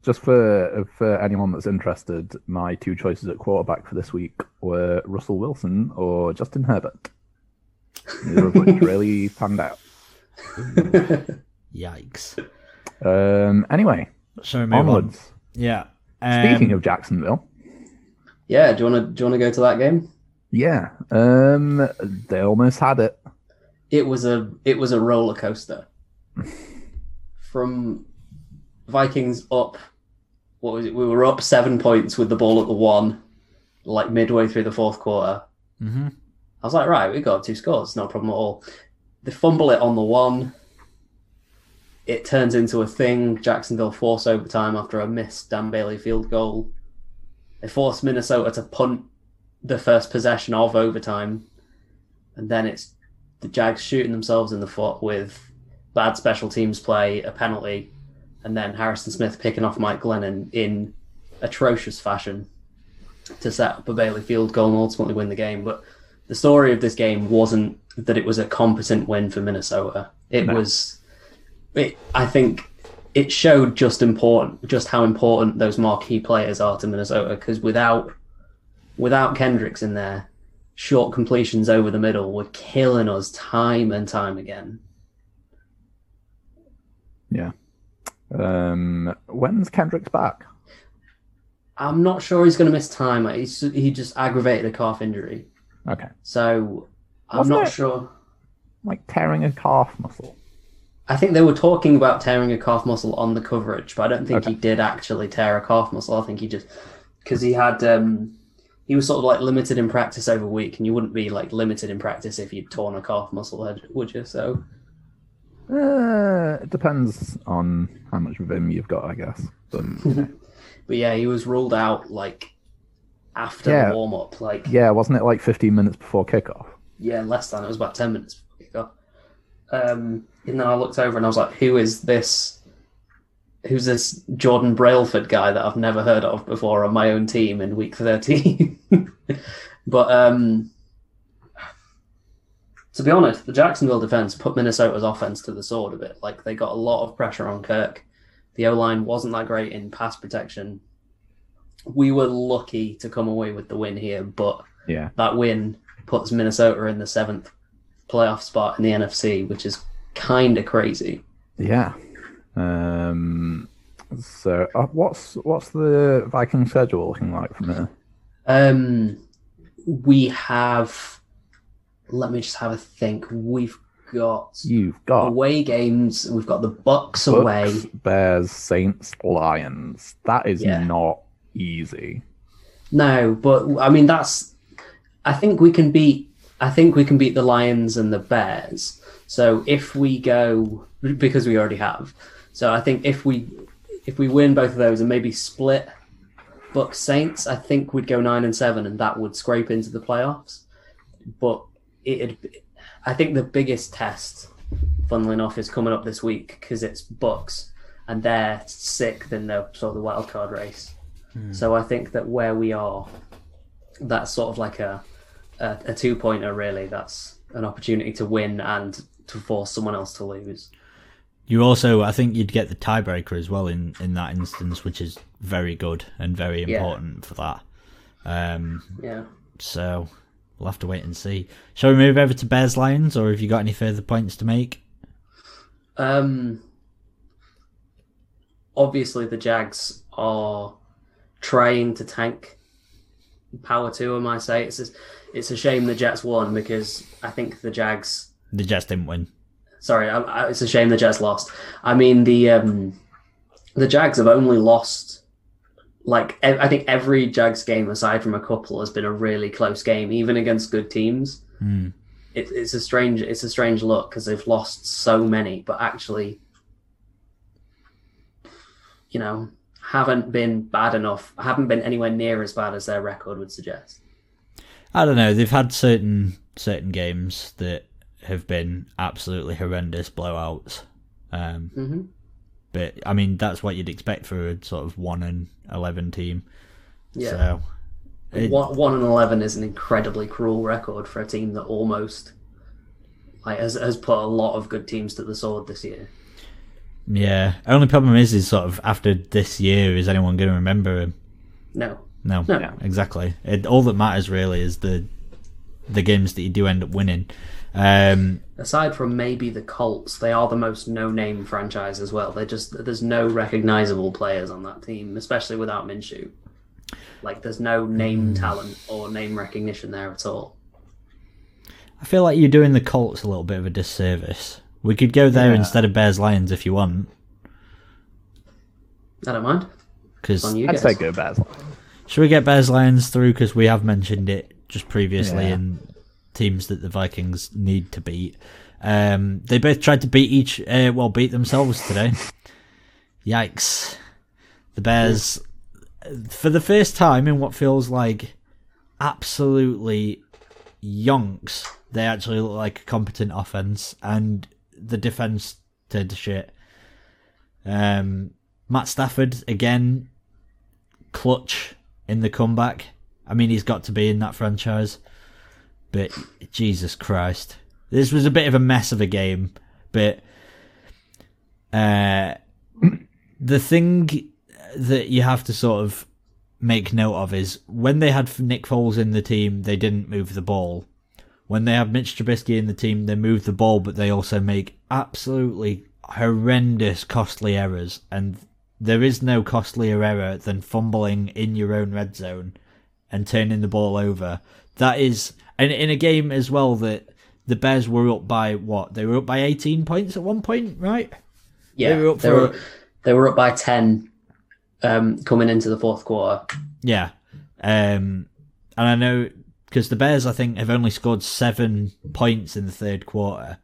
S3: Just for for anyone that's interested, my two choices at quarterback for this week were Russell Wilson or Justin Herbert. Neither of which really panned out.
S1: yikes.
S3: Um, anyway,
S1: So move on.
S3: onwards.
S1: Yeah. Um,
S3: Speaking of Jacksonville,
S2: Yeah, do you wanna do you wanna go to that game?
S3: yeah, um, they almost had it.
S2: it was a it was a roller coaster from Vikings up. What was it? We were up seven points with the ball at the one, like midway through the fourth quarter.
S1: Mm-hmm.
S2: I was like, right, we got two scores, no problem at all. They fumble it on the one. It turns into a thing. Jacksonville force overtime after a missed Dan Bailey field goal. They force Minnesota to punt the first possession of overtime. And then it's the Jags shooting themselves in the foot with bad special teams play, a penalty, and then Harrison Smith picking off Mike Glennon in atrocious fashion to set up a Bailey field goal and ultimately win the game. But the story of this game wasn't that it was a competent win for Minnesota. It was, it, I think, it showed just important, just how important those marquee players are to Minnesota. Because without, without Kendricks in there, short completions over the middle were killing us time and time again.
S3: Yeah. Um, when's Kendrick's back?
S2: I'm not sure he's going to miss time. He's, he just aggravated a calf injury,
S3: Okay.
S2: so I'm
S3: Wasn't
S2: not
S3: it-
S2: sure.
S3: Like tearing a calf muscle.
S2: I think they were talking about tearing a calf muscle on the coverage, but I don't think he did actually tear a calf muscle. I think he just because he had um, he was sort of like limited in practice over week, and you wouldn't be like limited in practice if you'd torn a calf muscle, had- would you? So
S3: Uh, it depends on how much vim you've got, I guess. But you know.
S2: But yeah, he was ruled out like after
S3: Yeah.
S2: the warm up. Like yeah.
S3: yeah, wasn't it like 15 minutes before kickoff?
S2: less than it was about ten minutes before kickoff. Um, and then I looked over and I was like, "Who is this? Who's this Jordan Brailford guy that I've never heard of before on my own team in week 13? but um, to be honest, the Jacksonville defense put Minnesota's offense to the sword a bit. Like they got a lot of pressure on Kirk. The O line wasn't that great in pass protection. We were lucky to come away with the win here, but
S3: Yeah.
S2: that win puts Minnesota in the seventh playoff spot in the NFC, which is kind of crazy.
S3: Yeah. Um, so uh, what's what's the Viking schedule looking like from here?
S2: Um, we have, let me just have a think. We've got
S3: You've got
S2: away games. We've got the Bucks, away.
S3: Bucks, Bears, Saints, Lions. That is
S2: Yeah.
S3: not easy.
S2: No, but I mean that's. I think we can beat. I think we can beat the Lions and the Bears. So if we go, because we already have. So I think if we if we win both of those and maybe split Bucks Saints, I think we'd go nine and seven, and that would scrape into the playoffs. But it'd. be- I think the biggest test, funnily enough, is coming up this week because it's Bucks, and they're sixth in the sort of the wild card race. So I think that where we are, that's sort of like a a, a two pointer. Really, that's an opportunity to win and to force someone else to lose.
S1: You also, I think, you'd get the tiebreaker as well in in that instance, which is very good and very
S2: Yeah.
S1: important for that. Um,
S2: Yeah.
S1: so we'll have to wait and see. Shall we move over to Bears Lions, or have you got any further points to make?
S2: Um. Obviously, the Jags are trying to tank. Power to them, I say. It's a, it's a shame the Jets won because I think the Jags
S1: The Jets didn't win.
S2: sorry, I, I, it's a shame the Jets lost. I mean the um, the Jags have only lost like e- I think every Jags game aside from a couple has been a really close game, even against good teams.
S1: Hmm.
S2: It, it's a strange it's a strange look because they've lost so many, but actually, you know, haven't been bad enough. Haven't been anywhere near as bad as their record would suggest.
S1: I don't know. They've had certain certain games that have been absolutely horrendous blowouts. Um,
S2: Mm-hmm.
S1: but I mean, that's what you'd expect for a sort of one and eleven team.
S2: Yeah.
S1: So it-
S2: one, one and eleven is an incredibly cruel record for a team that almost like has, has put a lot of good teams to the sword this year.
S1: yeah. Only problem is, is sort of after this year, is anyone going to remember him?
S2: No,
S1: No,
S2: No. No.
S1: exactly. It, all that matters really is the the games that you do end up winning. Um,
S2: aside from maybe the Colts, they are the most no-name franchise as well. They just there's no recognizable players on that team, especially without Minshew.
S1: Hmm.
S2: Like there's no name talent or name recognition there at all.
S1: I feel like you're doing the Colts a little bit of a disservice. We could go there
S3: Yeah.
S1: instead of Bears Lions if you want,
S2: I don't mind.
S1: because
S2: On you
S3: I'd
S2: guys.
S3: say go Bears.
S1: Should we get Bears Lions through? Because we have mentioned it just previously
S3: Yeah.
S1: in teams that the Vikings need to beat. Um, they both tried to beat each, uh, well, beat themselves today. Yikes. The Bears, for the first time in what feels like absolutely yonks, they actually look like a competent offense, and the defense turned to shit. Um, Matt Stafford, again, clutch in the comeback. I mean, he's got to be in that franchise. But Jesus Christ, this was a bit of a mess of a game. But uh, the thing that you have to sort of make note of is when they had Nick Foles in the team, they didn't move the ball. When they have Mitch Trubisky in the team, they move the ball, but they also make absolutely horrendous, costly errors. And there is no costlier error than fumbling in your own red zone and turning the ball over. That is, and in a game as well that the Bears were up by what? They were up by 18 points at one point, right?
S2: Yeah,
S1: They were up
S2: they
S1: for
S2: were,
S1: it.
S2: they were up by 10 um, coming into the fourth quarter.
S1: Yeah. Um, and I know because the Bears, I think, have only scored seven points in the third quarter,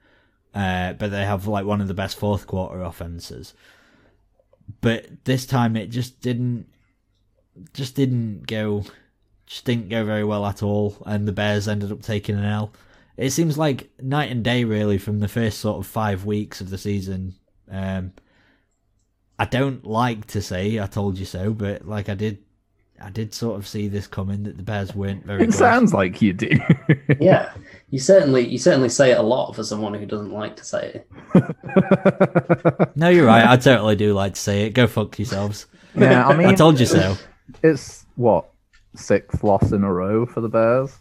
S1: uh, but they have like one of the best fourth quarter offenses. But this time, it just didn't, just didn't go, just didn't go very well at all, and the Bears ended up taking an L. It seems like night and day, really, from the first sort of five weeks of the season. Um, I don't like to say I told you so, but like I did I did sort of see this coming that the Bears weren't very
S3: It
S1: good.
S3: sounds like you do.
S2: Yeah, you certainly you certainly say it a lot for someone who doesn't like to say it.
S1: No, you're right. I totally do like to say it. Go fuck yourselves.
S3: yeah, I mean,
S1: I told you so.
S3: it's what sixth loss in a row for the Bears.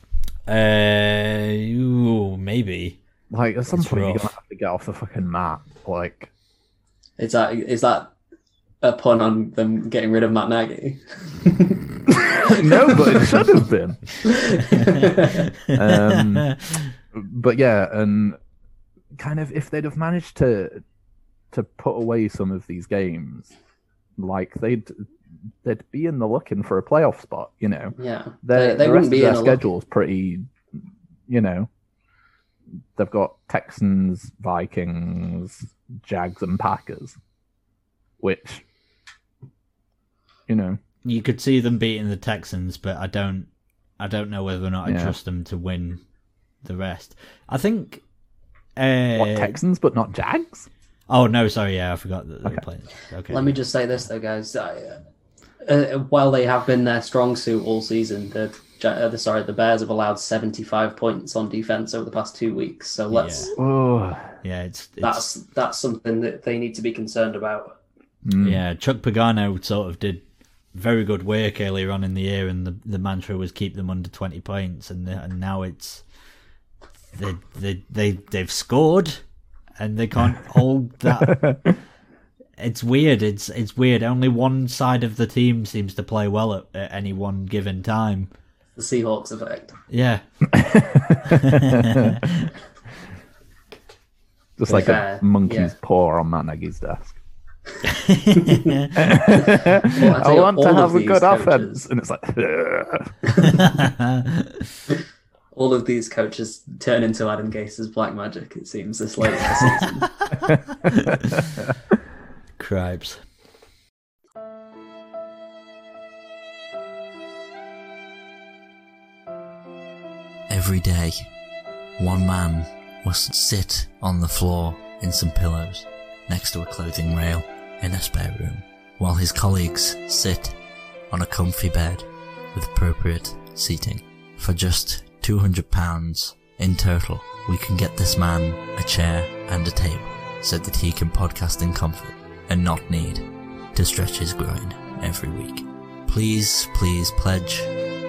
S1: Uh, ooh, maybe.
S3: Like at some
S1: It's
S3: point, you're
S1: rough.
S3: gonna have to get off the fucking map. Like,
S2: Is that is that a pun on them getting rid of Matt Nagy?
S3: no, but it should have been. Um, but yeah, and kind of if they'd have managed to to put away some of these games, like they'd they'd be in the looking for a playoff spot. You know,
S2: Yeah,
S3: their,
S2: they, they
S3: the rest
S2: wouldn't
S3: of
S2: be in
S3: their
S2: a lot.
S3: schedule's pretty. You know, they've got Texans, Vikings, Jags, and Packers, which you know
S1: you could see them beating the Texans, but I don't. I don't know whether or not I
S3: Yeah.
S1: trust them to win the rest. I think.
S3: what
S1: Uh,
S3: Texans, but not Jags.
S1: oh no, sorry. Yeah, I forgot that they were
S3: Okay.
S1: playing. Okay.
S2: Let me just say this though, guys. I, uh, while they have been their strong suit all season, the, Ja- uh, the sorry the Bears have allowed seventy five points on defense over the past two weeks. So let's
S3: Oh,
S1: Yeah, it's, it's
S2: that's that's something that they need to be concerned about.
S3: Mm.
S1: Yeah, Chuck Pagano sort of did very good work earlier on in the year, and the, the mantra was keep them under twenty points, and the, and now it's they they they they've scored, and they can't hold that. It's weird. It's it's weird. Only one side of the team seems to play well at, at any one given time.
S2: The Seahawks effect.
S1: Yeah,
S3: just like
S2: Fair,
S3: a monkey's
S2: yeah.
S3: paw on Matt Nagy's desk.
S2: Well,
S3: I
S2: think
S3: want
S2: all
S3: to
S2: of
S3: have a
S2: these
S3: good
S2: coaches-
S3: offense, and it's like, "Ugh."
S2: All of these coaches turn into Adam Gase's black magic. It seems this late in the season.
S1: cripes.
S4: Every day, one man must sit on the floor in some pillows next to a clothing rail in a spare room, while his colleagues sit on a comfy bed with appropriate seating. For just £200 in total, we can get this man a chair and a table so that he can podcast in comfort and not need to stretch his groin every week. Please, please pledge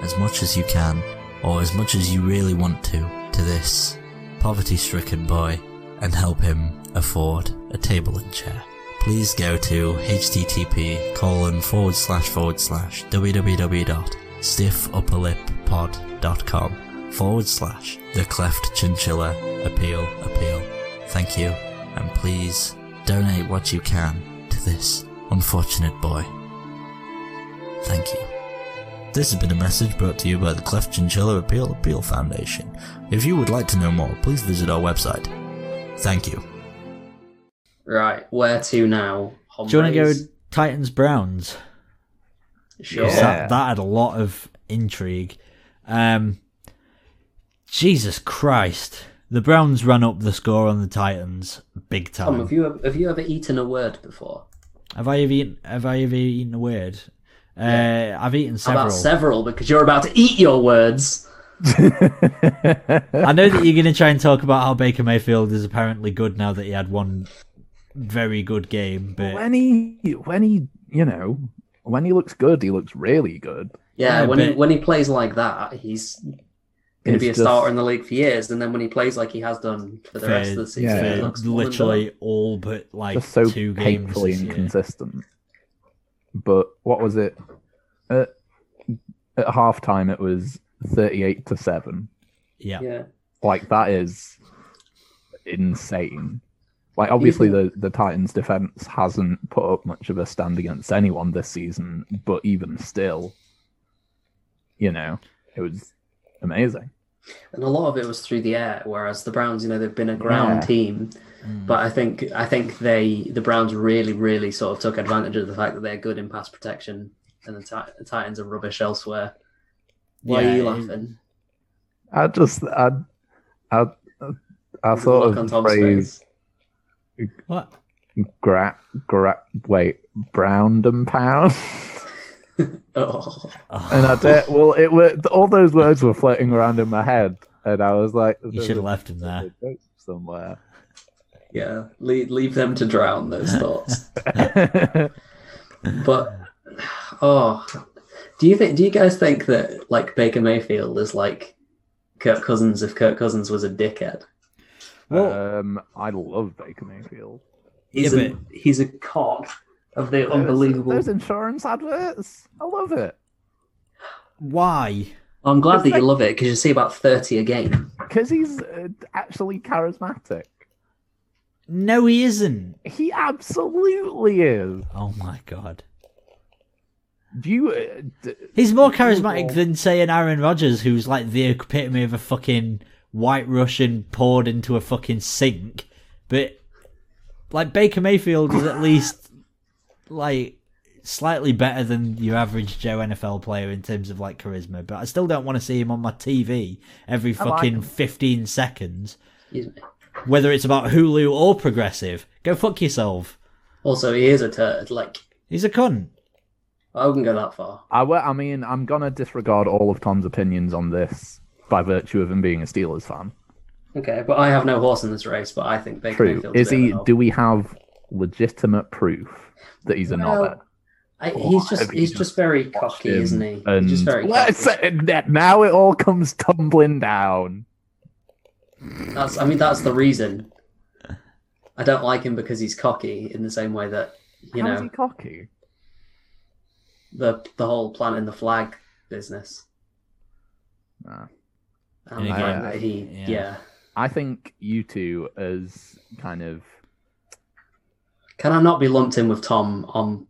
S4: as much as you can or as much as you really want to to this poverty stricken boy and help him afford a table and chair. Please go to http colon forward slash forward slash www.stiffupperlippod.com forward slash the cleft chinchilla appeal appeal. Thank you, and please donate what you can to this unfortunate boy. Thank you. This has been a message brought to you by the Cleft Chinchilla Appeal Appeal Foundation. If you would like to know more, please visit our website. Thank you.
S2: Right, where to now?
S1: Do you want to go
S2: hombres?
S1: Titans Browns?
S2: Sure.
S3: Yeah.
S1: That, that had a lot of intrigue. Um, Jesus Christ. The Browns ran up the score on the Titans big
S2: Tom,
S1: time.
S2: have you have you ever eaten a word before?
S1: Have I ever eaten, have I ever eaten a word? Uh, I've eaten
S2: How
S1: several.
S2: About several, because you're about to eat your words.
S1: I know that you're going to try and talk about how Baker Mayfield is apparently good now that he had one very good game, but
S3: when he when he you know when he looks good, he looks really good.
S2: Yeah,
S1: Yeah,
S2: when he
S1: but-
S2: when he plays like that, he's going
S3: It's
S2: to be a
S3: just-
S2: starter in the league for years. And then when he plays like he has done for the rest of the season,
S3: yeah.
S2: it
S1: for
S2: looks full and
S1: literally all but like
S3: just so
S1: two games.
S3: painfully
S1: This year.
S3: inconsistent. But what was it? At, at halftime, it was thirty-eight to seven.
S1: Yeah.
S2: dumb. yeah.
S3: Like that is insane. Like obviously, the the Titans' defense hasn't put up much of a stand against anyone this season. But even still, you know, it was amazing.
S2: and a lot of it was through the air. Whereas the Browns, you know, they've been a ground
S3: Yeah.
S2: team,
S1: Mm.
S2: but I think I think they the Browns really really sort of took advantage of the fact that they're good in pass protection, and the, Ti- the Titans are rubbish elsewhere. Why
S1: Yeah,
S2: are you
S1: it-
S2: laughing?
S3: I just, I, I, I
S2: Look
S3: thought
S2: on
S3: of the
S2: Tom's
S3: phrase
S2: face.
S1: What?
S3: Gra- gra- wait, browned and pound.
S2: Oh,
S1: Oh,
S3: and I did, well, it were all those words were floating around in my head, and I was like,
S1: you should have left him there.
S3: "There's a joke somewhere."
S2: yeah. Leave leave them to drown those thoughts. But oh, do you think? Do you guys think that like Baker Mayfield is like Kirk Cousins if Kirk Cousins was a dickhead?
S1: Well,
S3: um, I love Baker Mayfield.
S2: He's
S1: Yeah,
S2: a he's a cock of the unbelievable.
S3: Those, insurance adverts, I love it
S1: why?
S2: I'm glad that you love it because you see about thirty a game.
S3: because he's uh, actually charismatic.
S1: No, he isn't.
S3: He absolutely is.
S1: Oh my god.
S3: Do you? Uh, d-
S1: He's more charismatic than saying Aaron Rodgers, who's like the epitome of a fucking white Russian poured into a fucking sink. But like Baker Mayfield is at least like slightly better than your average Joe NFL player in terms of like charisma. But I still don't want to see him on my TV every
S3: I like
S1: fucking
S3: him.
S1: fifteen seconds,
S2: Excuse me.
S1: whether it's about Hulu or progressive. Go fuck yourself.
S2: Also, he is a turd. Like
S1: He's a cunt.
S2: I wouldn't go that far.
S3: I, wa- I mean, I'm gonna disregard all of Tom's opinions on this by virtue of him being a Steelers fan.
S2: Okay, but I have no horse in this race. But I think Baker
S3: True.
S2: Mayfield's a
S3: Is
S2: bit of
S3: he?
S2: an knob.
S3: Do we have legitimate proof that he's a
S2: Well,
S3: knobhead?
S2: I, he's just
S3: have you
S2: he's
S3: just
S2: just very cocky,
S3: him
S2: isn't he?
S3: And
S2: he's just very.
S3: let's
S2: cocky.
S3: say- now it all comes tumbling down.
S2: That's I mean that's the reason. I don't like him because he's cocky in the same way that you
S3: How is
S2: know
S3: he cocky?
S2: the the whole planting the flag business.
S3: Nah.
S2: I
S1: Yeah,
S2: don't like
S3: yeah.
S2: that he
S1: Yeah.
S2: yeah.
S3: I think you two as kind of
S2: Can I not be lumped in with Tom on?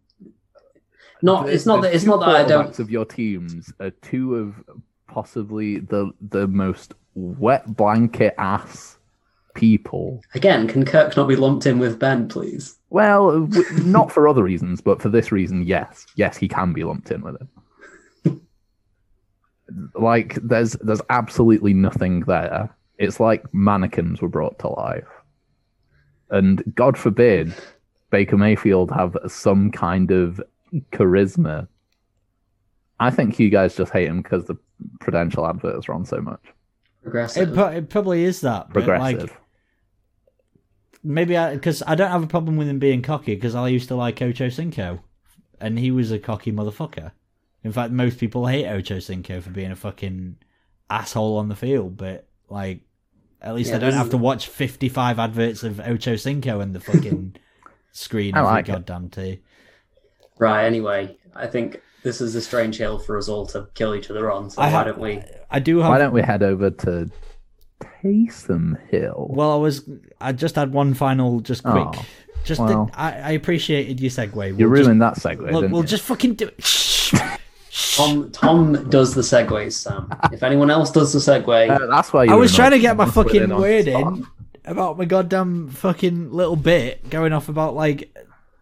S2: Not
S3: the-
S2: it's not
S3: the
S2: that it's
S3: two
S2: not that I
S3: quarterbacks
S2: don't.
S3: Of your teams are two of possibly the the most wet blanket ass people.
S2: Again, can Kirk not be lumped in with Ben, please?
S3: Well, w- not for other reasons, but for this reason, yes, yes, he can be lumped in with it. like, there's there's absolutely nothing there. It's like mannequins were brought to life, and God forbid Baker Mayfield have some kind of charisma. I think you guys just hate him because the Prudential adverts are on so much.
S2: Progressive.
S1: It, pro- it probably is that. but,
S3: Progressive.
S1: like, maybe I because I don't have a problem with him being cocky because I used to like Ocho Cinco, and he was a cocky motherfucker. In fact, most people hate Ocho Cinco for being a fucking asshole on the field, but like, at least
S2: Yeah,
S1: I don't
S2: this
S1: have
S2: is-
S1: to watch fifty-five adverts of Ocho Cinco and the fucking screen
S3: I
S1: every
S3: like it.
S1: goddamn tea.
S2: Right. Anyway, I think this is a strange hill for us all to kill each other on. So
S1: I
S2: why
S1: have-
S2: don't we?
S1: I do have
S3: Why don't we head over to Taysom Hill?
S1: Well, I was. I just had one final, just quick.
S3: Oh,
S1: just
S3: well.
S1: the, I, I appreciated your segue. We'll
S3: you
S1: just,
S3: ruined that segue.
S1: Look,
S3: didn't
S1: we'll
S3: you?
S1: just fucking do it. Shh.
S2: Tom Tom does the segues, Sam. if anyone else does the segue,
S3: Uh, that's why you
S1: I
S3: were
S1: was trying to
S3: annoyed.
S1: get my
S3: Put it
S1: fucking
S3: on
S1: word
S3: spot.
S1: in about my goddamn fucking little bit going off about like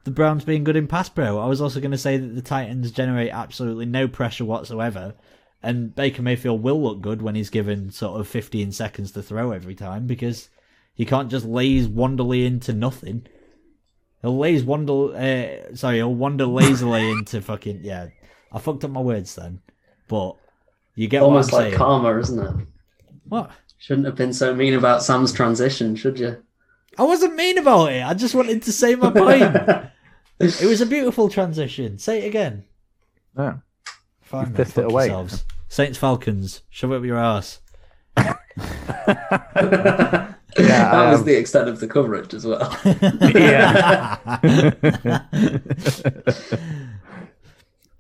S1: the Browns being good in pass pro. I was also going to say that the Titans generate absolutely no pressure whatsoever, and Baker Mayfield will look good when he's given sort of 15 seconds to throw every time because he can't just laze wanderly into nothing. He'll laze wander, uh, sorry, he'll wander lazily into fucking yeah. I fucked up my words then, but you get
S2: almost
S1: what I'm
S2: like
S1: saying.
S2: karma, isn't it?
S1: What?
S2: Shouldn't have been so mean about Sam's transition, should you?
S1: I wasn't mean about it. I just wanted to say my point. it was a beautiful transition. Say it again.
S3: Yeah.
S1: Fine,
S3: You've
S1: then,
S3: pissed it
S1: fuck
S3: away.
S1: yourselves. Saints Falcons, shove it up your ass.
S2: that
S3: I
S2: was
S3: am.
S2: the extent of the coverage as well.
S3: Yeah.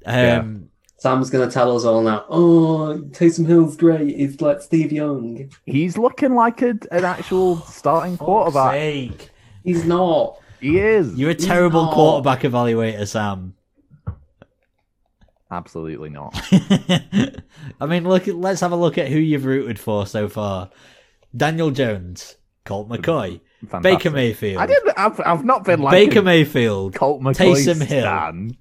S1: Um,
S2: Sam's gonna tell us all now. Oh, Taysom Hill's great. He's like Steve Young.
S3: He's looking like a, an actual starting quarterback.
S1: sake.
S2: He's not.
S3: He is.
S1: You're a terrible
S2: not.
S1: quarterback evaluator, Sam.
S3: Absolutely not.
S1: I mean, look. at- Let's have a look at who you've rooted for so far. Daniel Jones, Colt McCoy, Baker
S3: Fantastic.
S1: Mayfield,
S3: I didn't. I've, I've not been like
S1: Baker
S3: a
S1: Mayfield,
S3: Colt McCoy
S1: Taysom Hill.
S3: stan.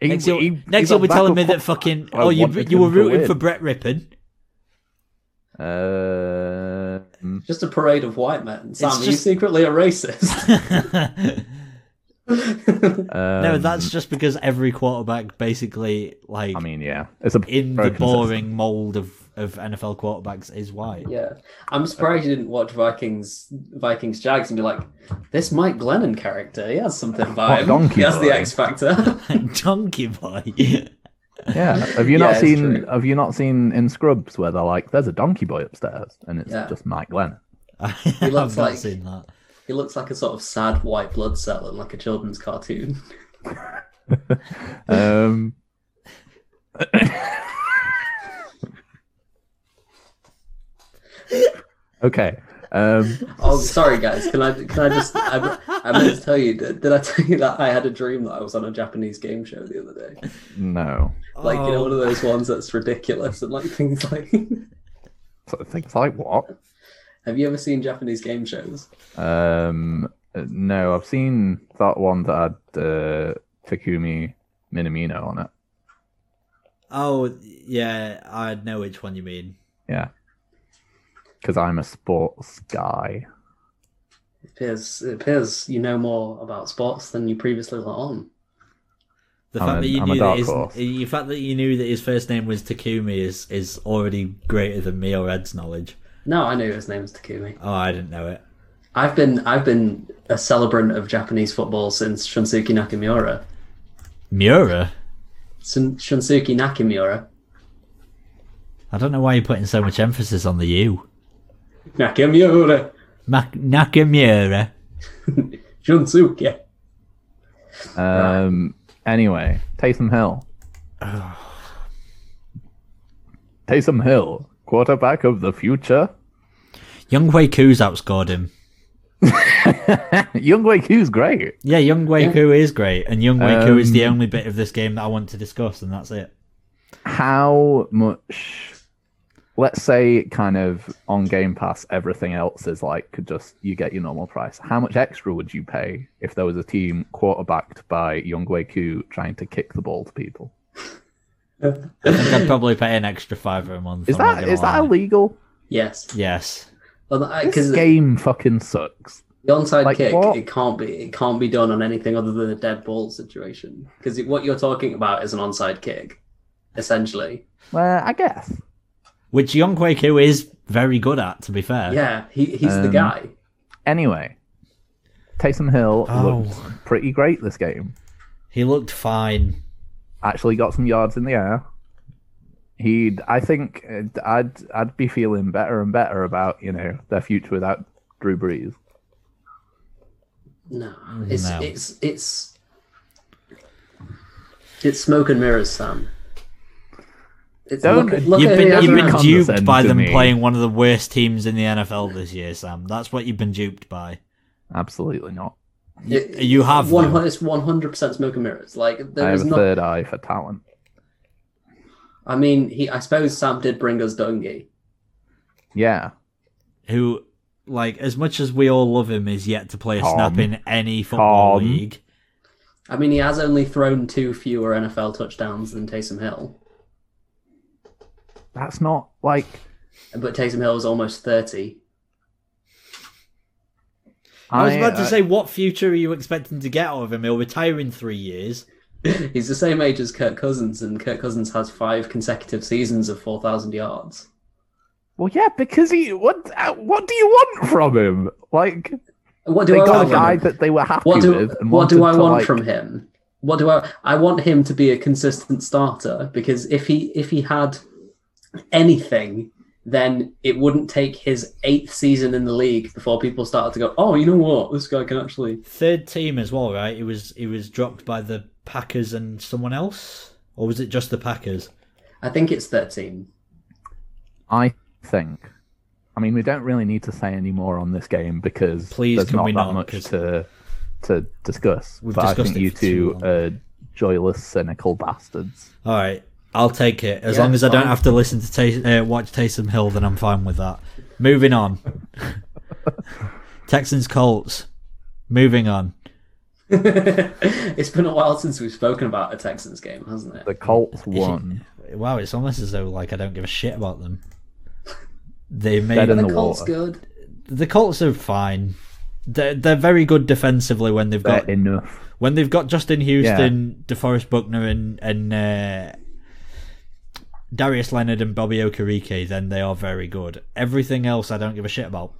S3: He-
S1: next you'll,
S3: he-
S1: next
S3: he's
S1: you'll
S3: a
S1: be telling me
S3: backup
S1: that fucking
S3: I
S1: oh you
S3: wanted
S1: you
S3: him
S1: were
S3: to
S1: rooting
S3: win.
S1: for Brett Rippon.
S3: Uh, mm,
S2: Just a parade of white men. Sam, are you
S1: just-
S2: secretly a racist?
S1: no,
S3: um,
S1: that's just because every quarterback basically like
S3: I mean, yeah, it's a
S1: in the
S3: broken system.
S1: boring mold of of NFL quarterbacks is white.
S2: yeah. I'm surprised you didn't watch Vikings Vikings Jags and be like, this Mike Glennon character, he has something
S3: Hot
S2: vibe.
S3: donkey
S2: he has
S3: boy."
S2: the X Factor.
S1: Donkey boy.
S3: Yeah, have you
S2: Yeah,
S3: not
S2: it's
S3: seen?
S2: true.
S3: Have you not seen in Scrubs where they're like, "There's a donkey boy upstairs," and it's
S2: Yeah.
S3: just Mike Glenn.
S1: I've not
S2: looks like-
S1: seen that.
S2: he looks like a sort of sad white blood cell in like a children's cartoon.
S3: Um, okay. Um,
S2: Oh, sorry guys. Can I can I just I, I meant to tell you did, did I tell you that I had a dream that I was on a Japanese game show the other day?
S3: no,
S2: Like you know
S1: Oh.
S2: one of those ones that's ridiculous and like things like
S3: so things like what?
S2: Have you ever seen Japanese game shows?
S3: Um, uh, no, I've seen that one that had uh, Takumi Minamino on it.
S1: Oh yeah, I know which one you mean.
S3: Yeah, because I'm a sports guy.
S2: It appears it appears you know more about sports than you previously let on.
S1: The
S3: I'm
S1: fact
S3: a-
S1: that you
S3: I'm a
S1: knew that
S3: dark
S1: his,
S3: horse.
S1: the fact that you knew that his first name was Takumi is is already greater than me or Ed's knowledge.
S2: No, I knew his name was Takumi.
S1: Oh, I didn't know it.
S2: I've been I've been a celebrant of Japanese football since Shunsuke Nakamura.
S1: Miura.
S2: Shun- Shunsuke Nakamura.
S1: I don't know why you're putting so much emphasis on the U.
S2: Nakamura.
S1: Mac- Nakamura.
S2: Shunsuke.
S3: Um. Anyway, Taysom Hill. Taysom Hill, quarterback of the future.
S1: Young Wei Koo's outscored him.
S3: Young Wei Q's great.
S1: Yeah, Young Wei Koo is great, and Young Wei Koo is the
S3: Um,
S1: only bit of this game that I want to discuss, and that's it.
S3: How much? Let's say, kind of on Game Pass, everything else is like could just you get your normal price. How much extra would you pay if there was a team quarterbacked by Young Wei Q trying to kick the ball to people?
S1: I think I'd probably pay an extra fiver a month.
S3: Is
S1: I'm not
S3: that
S1: gonna
S3: is that
S1: lie.
S3: illegal?
S2: Yes.
S1: Yes.
S2: Because
S3: This game fucking sucks.
S2: the onside
S3: like,
S2: kick,
S3: what?
S2: it can't be it can't be done on anything other than a dead ball situation. Because what you're talking about is an onside kick, essentially.
S3: Well, I guess.
S1: Which Young Wei Koo is very good at, to be fair.
S2: Yeah, he, he's the
S3: Um,
S2: guy.
S3: Anyway, Taysom Hill
S1: Oh.
S3: looked pretty great this game.
S1: He looked fine.
S3: Actually, got some yards in the air. He'd, I think, uh, I'd, I'd be feeling better and better about you know their future without Drew Brees.
S2: No, it's
S1: No.
S2: it's it's It's smoke and mirrors, Sam. It's,
S3: Don't-
S2: look, at- look
S3: You've
S2: at
S1: You've
S2: who
S1: been,
S2: he has
S1: you've
S2: around.
S1: been
S3: Condescend
S1: duped by
S3: to
S1: them
S3: me.
S1: playing one of the worst teams in the NFL this year, Sam. That's what you've been duped by.
S3: Absolutely not.
S2: It-
S1: You have.
S2: One,
S1: though.
S2: hun- it's one hundred percent smoke and mirrors. Like
S3: I
S2: there
S3: have
S2: is
S3: a
S2: not.
S3: third eye for talent.
S2: I mean, he. I suppose Sam did bring us Dungy.
S3: Yeah.
S1: who, like, as much as we all love him, is yet to play a snap
S3: Calm.
S1: in any football
S3: Calm.
S1: league.
S2: I mean, he has only thrown two fewer NFL touchdowns than Taysom Hill,
S3: That's not like
S2: but Taysom Hill is almost thirty.
S1: I was about to
S3: I- uh,
S1: say, what future are you expecting to get out of him? He'll retire in three years.
S2: He's the same age as Kirk Cousins, and Kirk Cousins has five consecutive seasons of four thousand yards.
S3: Well, yeah, because he what? uh, What do you want from him? Like
S2: What do
S3: they
S2: I
S3: got
S2: want
S3: a
S2: from
S3: guy
S2: him?
S3: that they were happy
S2: What do
S3: with. And
S2: what do
S3: wanted
S2: I
S3: to,
S2: want
S3: like-
S2: from him? What do I I want him to be a consistent starter because if he if he had anything, then it wouldn't take his eighth season in the league before people started to go, oh, you know what, this guy can actually.
S1: Third team as well, right? It was it was dropped by the Packers and someone else, or was it just the Packers?
S2: I think it's thirteen.
S3: I think. I mean, we don't really need to say any more on this game because
S1: Please,
S3: there's
S1: can
S3: not
S1: we
S3: that
S1: not,
S3: much
S1: 'cause-
S3: to to discuss.
S1: We've
S3: but I
S1: discussed
S3: think
S1: it
S3: you
S1: for too
S3: two
S1: long.
S3: are joyless, cynical bastards.
S1: All right, I'll take it as
S2: Yeah,
S1: long as I don't
S2: fine.
S1: have to listen to Tay uh, watch Taysom Hill. Then I'm fine with that. Moving on. Texans Colts. Moving on.
S2: it's been a while since we've spoken about a Texans game, hasn't it?
S3: The Colts won.
S1: Wow, it's almost as though like I don't give a shit about them. They made
S3: Dead in
S2: The,
S3: the
S2: Colts
S3: water.
S2: good.
S1: the Colts are fine. They're, they're very good defensively when they've
S3: They're
S1: got
S3: enough.
S1: when they've got Justin Houston, DeForest Buckner, and and uh, Darius Leonard and Bobby Okereke, then they are very good. Everything else, I don't give a shit about.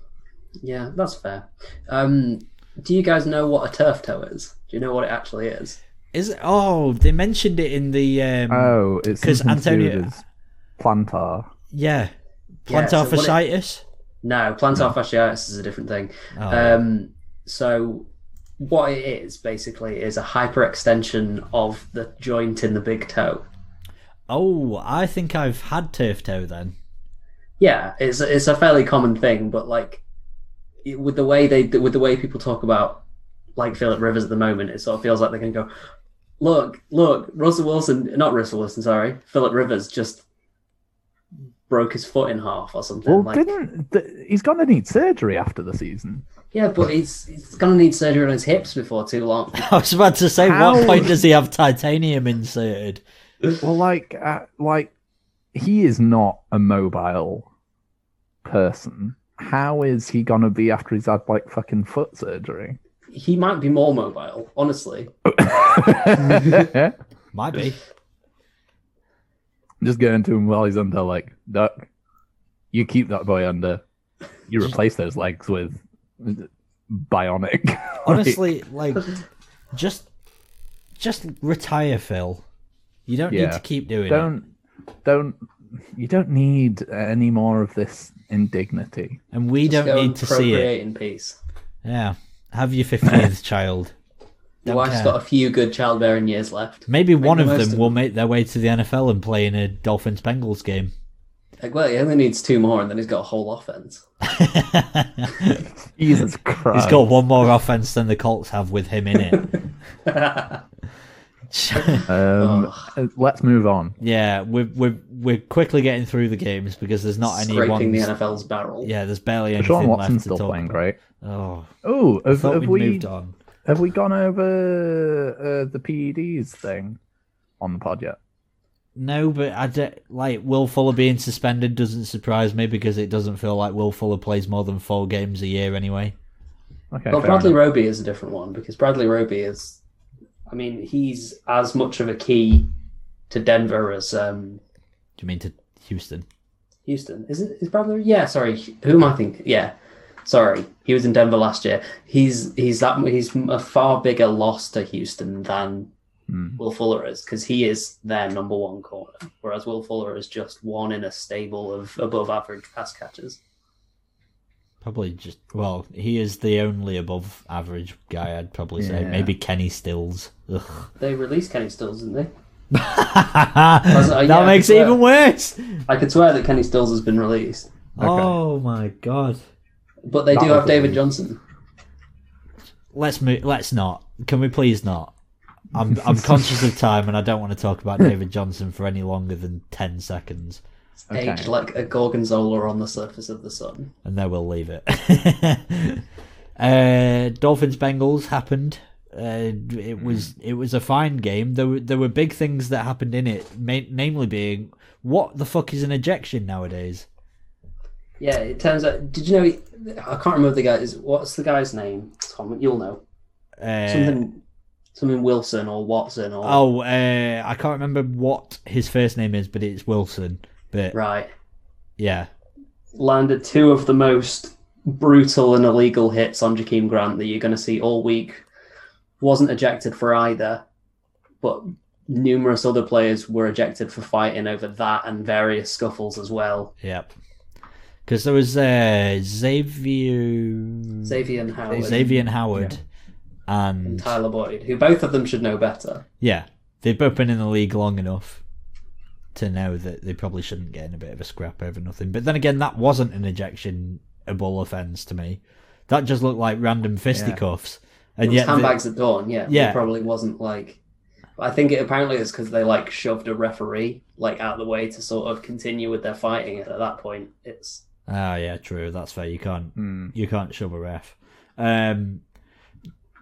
S2: Yeah, that's fair. Um, do you guys know what a turf toe is? Do you know what it actually is?
S1: Is it, oh they mentioned it in the um,
S3: Oh, it's
S1: 'Cause
S3: because Antonio
S1: Antonio-
S3: plantar.
S1: yeah
S2: Yeah,
S1: plantar
S2: so what it-
S1: fasciitis.
S2: No, plantar fasciitis is a different thing.
S1: Oh.
S2: Um, so what it is basically is a hyperextension of the joint in the big toe.
S1: oh, I think I've had turf toe then.
S2: Yeah, it's it's a fairly common thing, but like it- with the way they with the way people talk about like Philip Rivers at the moment, it sort of feels like they're going to go, look, look, Russell Wilson, not Russell Wilson, sorry, Philip Rivers just broke his foot in half or something.
S3: Well,
S2: like,
S3: didn't th- he's gonna need surgery after the season?
S2: yeah, but he's he's gonna need surgery on his hips before too long.
S1: I was about to say,
S3: How-
S1: what point does he have titanium inserted?
S3: Well, like, uh, like he is not a mobile person. How is he gonna be after he's had like fucking foot surgery?
S2: He might be more mobile, honestly.
S3: Just
S1: Might be.
S3: going to him while he's under, like, duck. You keep that boy under. You replace those legs with bionic. Like,
S1: Honestly, like, just just retire, Phil. You don't need
S3: Yeah.
S1: to keep doing it.
S3: don't, don't. You don't need any more of this indignity.
S1: And we
S2: Just
S1: don't
S2: go
S1: need
S2: and
S1: to see it.
S2: procreate in peace.
S1: Yeah. Have your 15th child.
S2: Your wife's
S1: care.
S2: got a few good childbearing years left.
S1: Maybe one
S2: the
S1: of
S2: most
S1: them
S2: of
S1: will make their way to the NFL and play in a Dolphins Bengals game.
S2: Like, well, he only needs two more, and then he's got a whole offense.
S3: Jesus Christ!
S1: He's got one more offense than the Colts have with him in it.
S3: Um, uh, let's move on.
S1: yeah, we're, we're, we're quickly getting through the games because there's not any
S2: Scraping
S1: ones.
S2: the NFL's barrel.
S1: Yeah, there's barely anything
S3: Sean Watson's
S1: left to
S3: still
S1: talk
S3: playing
S1: about.
S3: great.
S1: Oh,
S3: Oh,
S1: I
S3: have,
S1: thought
S3: have
S1: we'd
S3: we
S1: moved on.
S3: have we gone over uh, the PEDs thing on the pod yet?
S1: No, but I don't, like Will Fuller being suspended doesn't surprise me because it doesn't feel like Will Fuller plays more than four games a year anyway.
S3: Okay.
S2: Well,
S3: fair
S2: Bradley
S3: enough.
S2: Roby is a different one because Bradley Roby is, I mean, he's as much of a key to Denver as um,
S1: Do you mean to Houston?
S2: Houston. Is it? Is Bradley? Yeah, sorry. Who am I thinking? Yeah, sorry. He was in Denver last year. He's he's that he's a far bigger loss to Houston than
S3: Hmm.
S2: Will Fuller is because he is their number one corner, whereas Will Fuller is just one in a stable of above average pass catchers.
S1: Probably just well, he is the only above average guy. I'd probably say
S3: Yeah.
S1: maybe Kenny Stills. Ugh.
S2: They released Kenny Stills, didn't they?
S1: that
S2: yeah,
S1: makes it
S2: yeah.
S1: even worse.
S2: I could swear that Kenny Stills has been released,
S1: Oh my god.
S2: but they do
S3: That
S2: have
S3: was
S2: David
S3: it.
S2: Johnson.
S1: Let's move. Let's not. Can we please not? I'm I'm conscious of time, and I don't want to talk about David Johnson for any longer than ten seconds,
S3: Okay.
S2: Aged like a gorgonzola on the surface of the sun.
S1: and then we'll leave it. uh, Dolphins Bengals happened. Uh, it was
S2: Mm.
S1: it was a fine game. There were there were big things that happened in it, ma- namely being what the fuck is an ejection nowadays?
S2: Yeah, it turns out. Did you know? He, I can't remember the guy. Is what's the guy's name? Tom, you'll know.
S1: Uh,
S2: Something, something Wilson or Watson or
S1: Oh, uh, I can't remember what his first name is, but it's Wilson. But
S2: right.
S1: yeah,
S2: landed two of the most brutal and illegal hits on Jakeem Grant that you're going to see all week. Wasn't ejected for either, but numerous other players were ejected for fighting over that and various scuffles as well.
S1: Yep. Because there was uh, Xavier,
S2: Xavier and Howard,
S1: Xavier and Howard, and
S2: and Tyler Boyd, who both of them should know better.
S1: yeah, they've both been in the league long enough to know that they probably shouldn't get in a bit of a scrap over nothing. But then again, that wasn't an ejectionable offence to me. That just looked like random fisticuffs,
S2: It
S1: and
S2: was
S1: yet the-
S2: handbags at dawn, yeah.
S1: Yeah.
S2: It probably wasn't like. I think it apparently is because they like shoved a referee like out of the way to sort of continue with their fighting. And at that point, it's
S1: Ah, yeah, true. That's fair. You can't
S3: Hmm.
S1: you can't shove a ref. Um,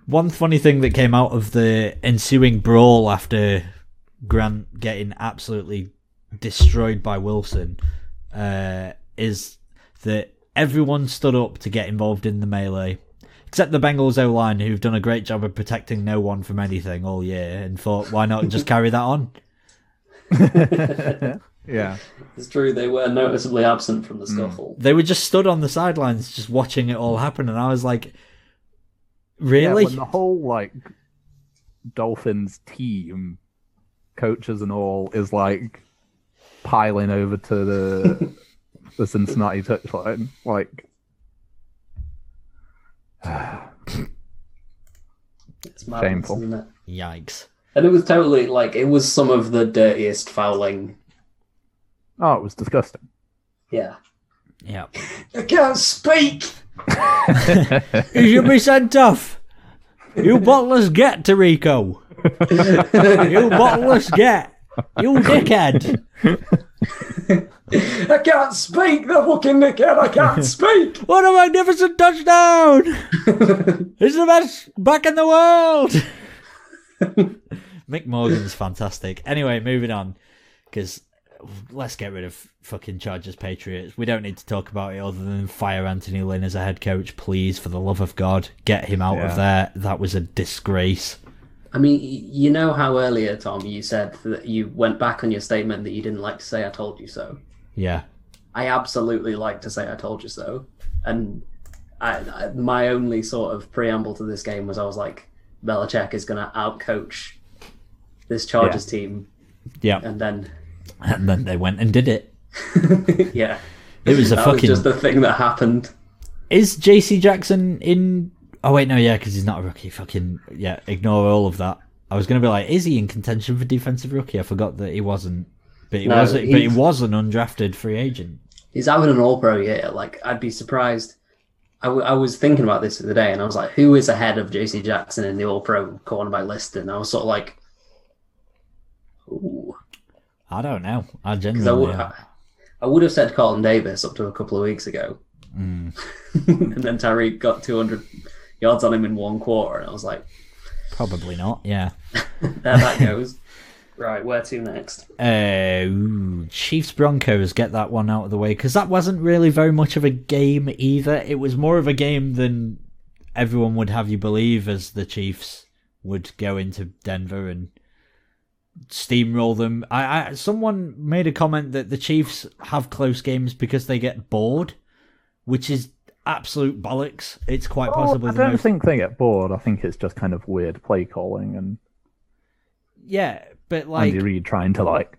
S1: one funny thing that came out of the ensuing brawl after Grant getting absolutely destroyed by Wilson uh, is that everyone stood up to get involved in the melee. Except the Bengals O line, who've done a great job of protecting no one from anything all year, and thought, why not just carry that on?
S3: Hmm. yeah.
S2: It's true, they were noticeably absent from the
S1: Mm.
S2: scuffle.
S1: They were just stood on the sidelines, just watching it all happen, and I was like, really?
S3: Yeah, when the whole like Dolphins team, coaches and all, is like piling over to the the Cincinnati touchline, like
S2: It's madness,
S3: Shameful.
S2: isn't it?
S1: Yikes.
S2: And it was totally like it was some of the dirtiest fouling.
S3: oh, it was disgusting.
S2: Yeah.
S1: Yeah.
S2: I can't speak.
S1: You should be sent off. You bottlers get, Tarico. You bottlers get. You dickhead.
S2: I can't speak. The fucking dickhead. I can't speak.
S1: What a magnificent touchdown. It's the best back in the world. Mick Morgan's fantastic. Anyway, moving on. Because let's get rid of fucking Chargers Patriots. We don't need to talk about it other than fire Anthony Lynn as a head coach. Please, for the love of God, get him out
S3: Yeah.
S1: of there. That was a disgrace.
S2: I mean, y- you know how earlier, Tom, you said that you went back on your statement that you didn't like to say "I told you so."
S1: Yeah.
S2: I absolutely like to say "I told you so," and I, I, my only sort of preamble to this game was I was like, Belichick is going to outcoach this Chargers team,
S1: Yeah.
S2: and then
S1: And then they went and did it.
S2: yeah,
S1: It was a
S2: that was
S1: fucking.
S2: just the thing that happened.
S1: Is JC Jackson in. Oh, wait, no, yeah, because he's not a rookie. Fucking. Yeah, ignore all of that. I was going to be like, is he in contention for defensive rookie? I forgot that he wasn't. But he,
S2: No,
S1: was, but he
S2: he's-
S1: was an undrafted free agent.
S2: He's having an All-Pro year. Like, I'd be surprised. I, w- I was thinking about this the other day, and I was like, who is ahead of J.C. Jackson in the All-Pro cornerback list? And I was sort of like, ooh,
S1: I don't know. I
S2: because I would.
S1: genuinely. uh,
S2: I, I would have said Carlton Davis up to a couple of weeks ago,
S1: Mm.
S2: and then Tyreek got 200 yards on him in one quarter, and I was like,
S1: probably not, yeah.
S2: there that goes. right, where to next?
S1: Uh, ooh, Chiefs Broncos get that one out of the way because that wasn't really very much of a game either. It was more of a game than everyone would have you believe, as the Chiefs would go into Denver and steamroll them. I, I someone made a comment that the Chiefs have close games because they get bored, which is absolute bollocks. It's quite
S3: Well,
S1: possibly
S3: I
S1: the
S3: don't
S1: most
S3: think they get bored. I think it's just kind of weird play calling and
S1: yeah, but like
S3: Andy Reid trying to like.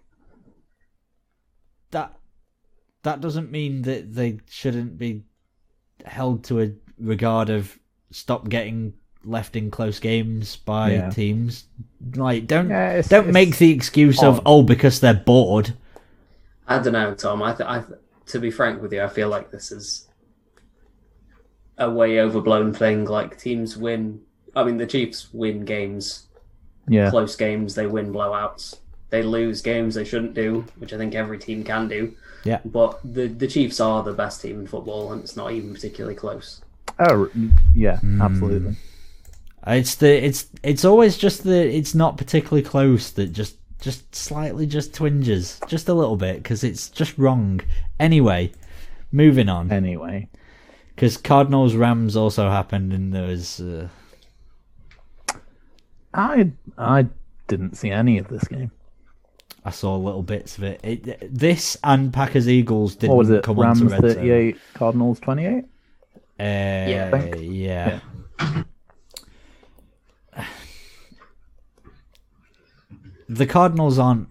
S1: that that doesn't mean that they shouldn't be held to a regard of stop getting left in close games by
S6: Yeah.
S1: teams. Like, don't
S3: Yeah, it's-
S1: don't
S3: it's
S1: make the excuse of
S3: odd.
S1: oh because they're bored.
S2: I don't know, Tom. I, th- I th- to be frank with you, I feel like this is a way overblown thing. Like teams win. I mean, the Chiefs win games,
S3: Yeah.
S2: close games. They win blowouts. They lose games they shouldn't do, which I think every team can do.
S1: Yeah.
S2: But the the Chiefs are the best team in football, and it's not even particularly close.
S3: Oh, yeah,
S1: Hmm.
S3: absolutely.
S1: It's the it's it's always just the it's not particularly close that just just slightly just twinges just a little bit because it's just wrong. Anyway, moving on
S3: Anyway,
S1: because Cardinals Rams also happened and there was uh,
S3: I I didn't see any of this game.
S1: I saw little bits of it. it this and Packers Eagles didn't
S3: What was it?
S1: come
S3: Rams
S1: onto red zone.
S3: thirty-eight, Cardinals twenty-eight.
S1: Uh,
S2: Yeah.
S1: yeah.
S3: Think.
S1: the Cardinals aren't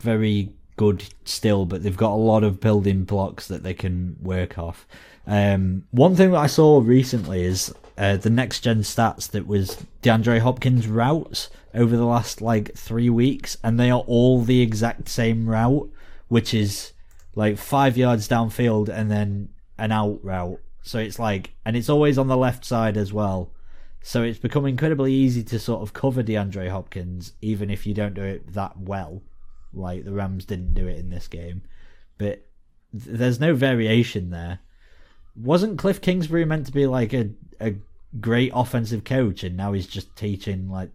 S1: very good still, but they've got a lot of building blocks that they can work off. Um, one thing that I saw recently is uh, the next gen stats that was DeAndre Hopkins routes over the last like three weeks, and they are all the exact same route, which is like five yards downfield and then an out route. So it's like, and it's always on the left side as well. So it's become incredibly easy to sort of cover DeAndre Hopkins, even if you don't do it that well. Like the Rams didn't do it in this game, but th- there's no variation there. Wasn't Cliff Kingsbury meant to be like a a great offensive coach, and now he's just teaching like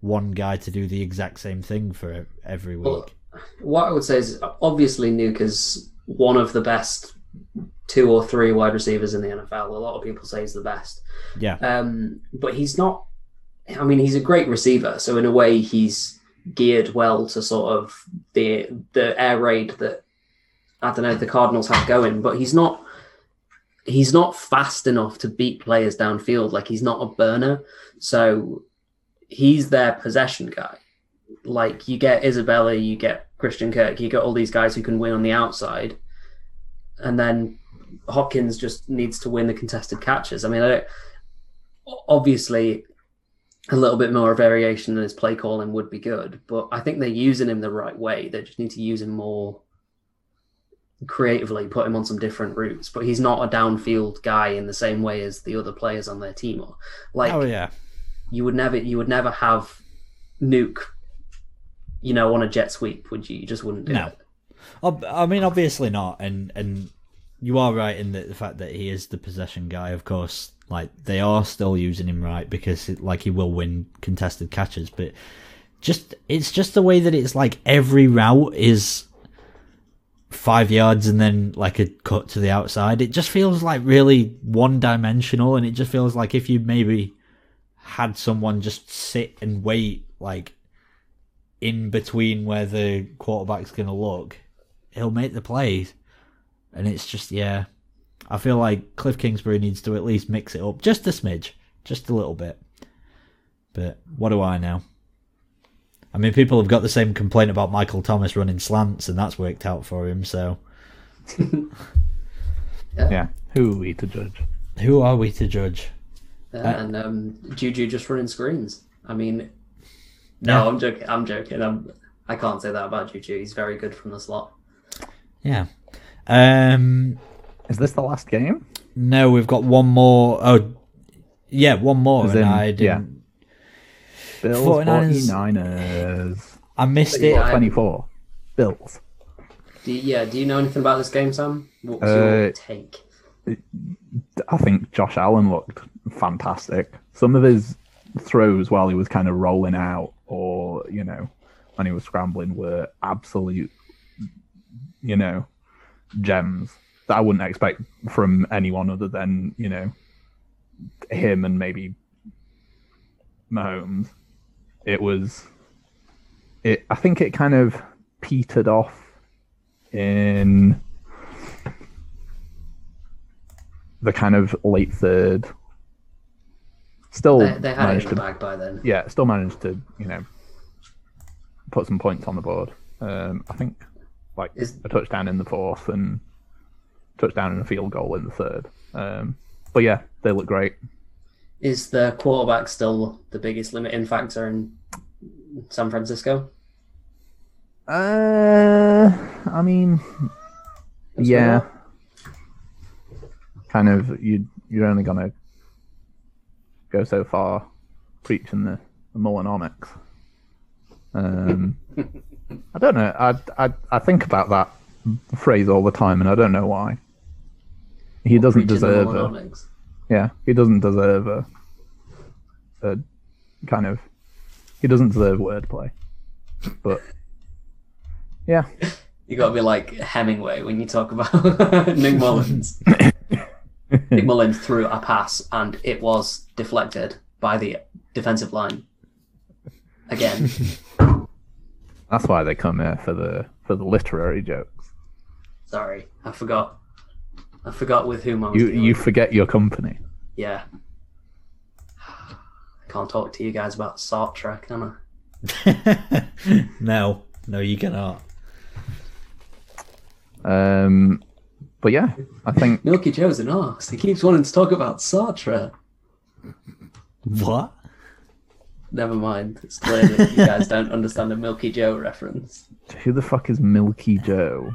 S1: one guy to do the exact same thing for e-, every
S2: Well,
S1: week?
S2: What I would say is obviously Nuke is one of the best two or three wide receivers in the NFL. A lot of people say he's the best.
S1: Yeah,
S2: Um, but he's not. I mean, he's a great receiver, so in a way, he's geared well to sort of the the air raid that I don't know the Cardinals have going. But he's not. He's not fast enough to beat players downfield. Like he's not a burner, so he's their possession guy. Like you get Isabella, you get Christian Kirk, you get all these guys who can win on the outside, and then Hopkins just needs to win the contested catches. I mean, I don't, obviously a little bit more variation in his play calling would be good, but I think they're using him the right way. They just need to use him more creatively, put him on some different routes. But he's not a downfield guy in the same way as the other players on their team are. Like
S1: oh yeah,
S2: you would never you would never have nuke, you know, on a jet sweep, would you? You just wouldn't do
S1: No.
S2: it.
S1: Ob- I mean, obviously not, and and you are right in that the fact that he is the possession guy. Of course, like they are still using him right because it, like he will win contested catches, but just it's just the way that it's like every route is five yards and then like a cut to the outside. It just feels like really one dimensional, and it just feels like if you maybe had someone just sit and wait, like in between where the quarterback's going to look, he'll make the plays. And it's just, yeah. I feel like Cliff Kingsbury needs to at least mix it up just a smidge, just a little bit. But what do I know? I mean, people have got the same complaint about Michael Thomas running slants, and that's worked out for him. So,
S3: Yeah, who are we to judge?
S1: who are we to judge?
S2: and um, Juju just running screens. I mean, no, I'm joking. I'm joking. I'm. I can't say that about Juju. He's very good from the slot.
S1: Yeah. Um,
S3: Is this the last game?
S1: No, we've got one more. Oh, yeah, one more.
S3: As
S1: and
S3: in-
S1: I didn't.
S3: Bills
S1: 49ers.
S3: 49ers.
S1: I missed
S2: Yeah,
S1: it.
S2: I-
S3: 24. Bills.
S2: Do you, yeah. Do you know anything about this game, Sam? What's your
S3: Uh,
S2: take?
S3: I think Josh Allen looked fantastic. Some of his throws while he was kind of rolling out or, you know, when he was scrambling were absolute, you know, gems that I wouldn't expect from anyone other than, you know, him and maybe Mahomes. It was it I think it kind of petered off in the kind of late third. Still
S2: They, they had it
S3: managed
S2: in
S3: to
S2: the bag by then.
S3: yeah, still managed to you know put some points on the board. Um, I think like
S2: Is-
S3: a touchdown in the fourth and touchdown and a field goal in the third. Um, but yeah, they look great.
S2: Is the quarterback still the biggest limiting factor in San Francisco?
S3: Uh, I mean,
S2: That's
S3: yeah.
S2: what
S3: Kind of, you you're only gonna go so far preaching the, the Mullinomics. Um, I don't know. I, I I think about that phrase all the time, and I don't know why. He doesn't
S2: Preaching the
S3: deserve it
S2: Mullinomics.
S3: yeah, he doesn't deserve a, a kind of he doesn't deserve wordplay. But yeah,
S2: You got to be like Hemingway when you talk about Nick Mullins. Nick Mullins threw a pass and it was deflected by the defensive line. Again,
S3: that's why they come here for the for the literary jokes.
S2: sorry, I forgot. I forgot with whom I was.
S3: You
S2: dealing.
S3: you forget your company.
S2: yeah. I can't talk to you guys about Sartre, can I?
S1: no, no, you cannot.
S3: Um, but yeah, I think
S2: Milky Joe's an arse. He keeps wanting to talk about Sartre.
S1: What?
S2: Never mind. It's clear that you guys don't understand a Milky Joe reference.
S3: who the fuck is Milky Joe?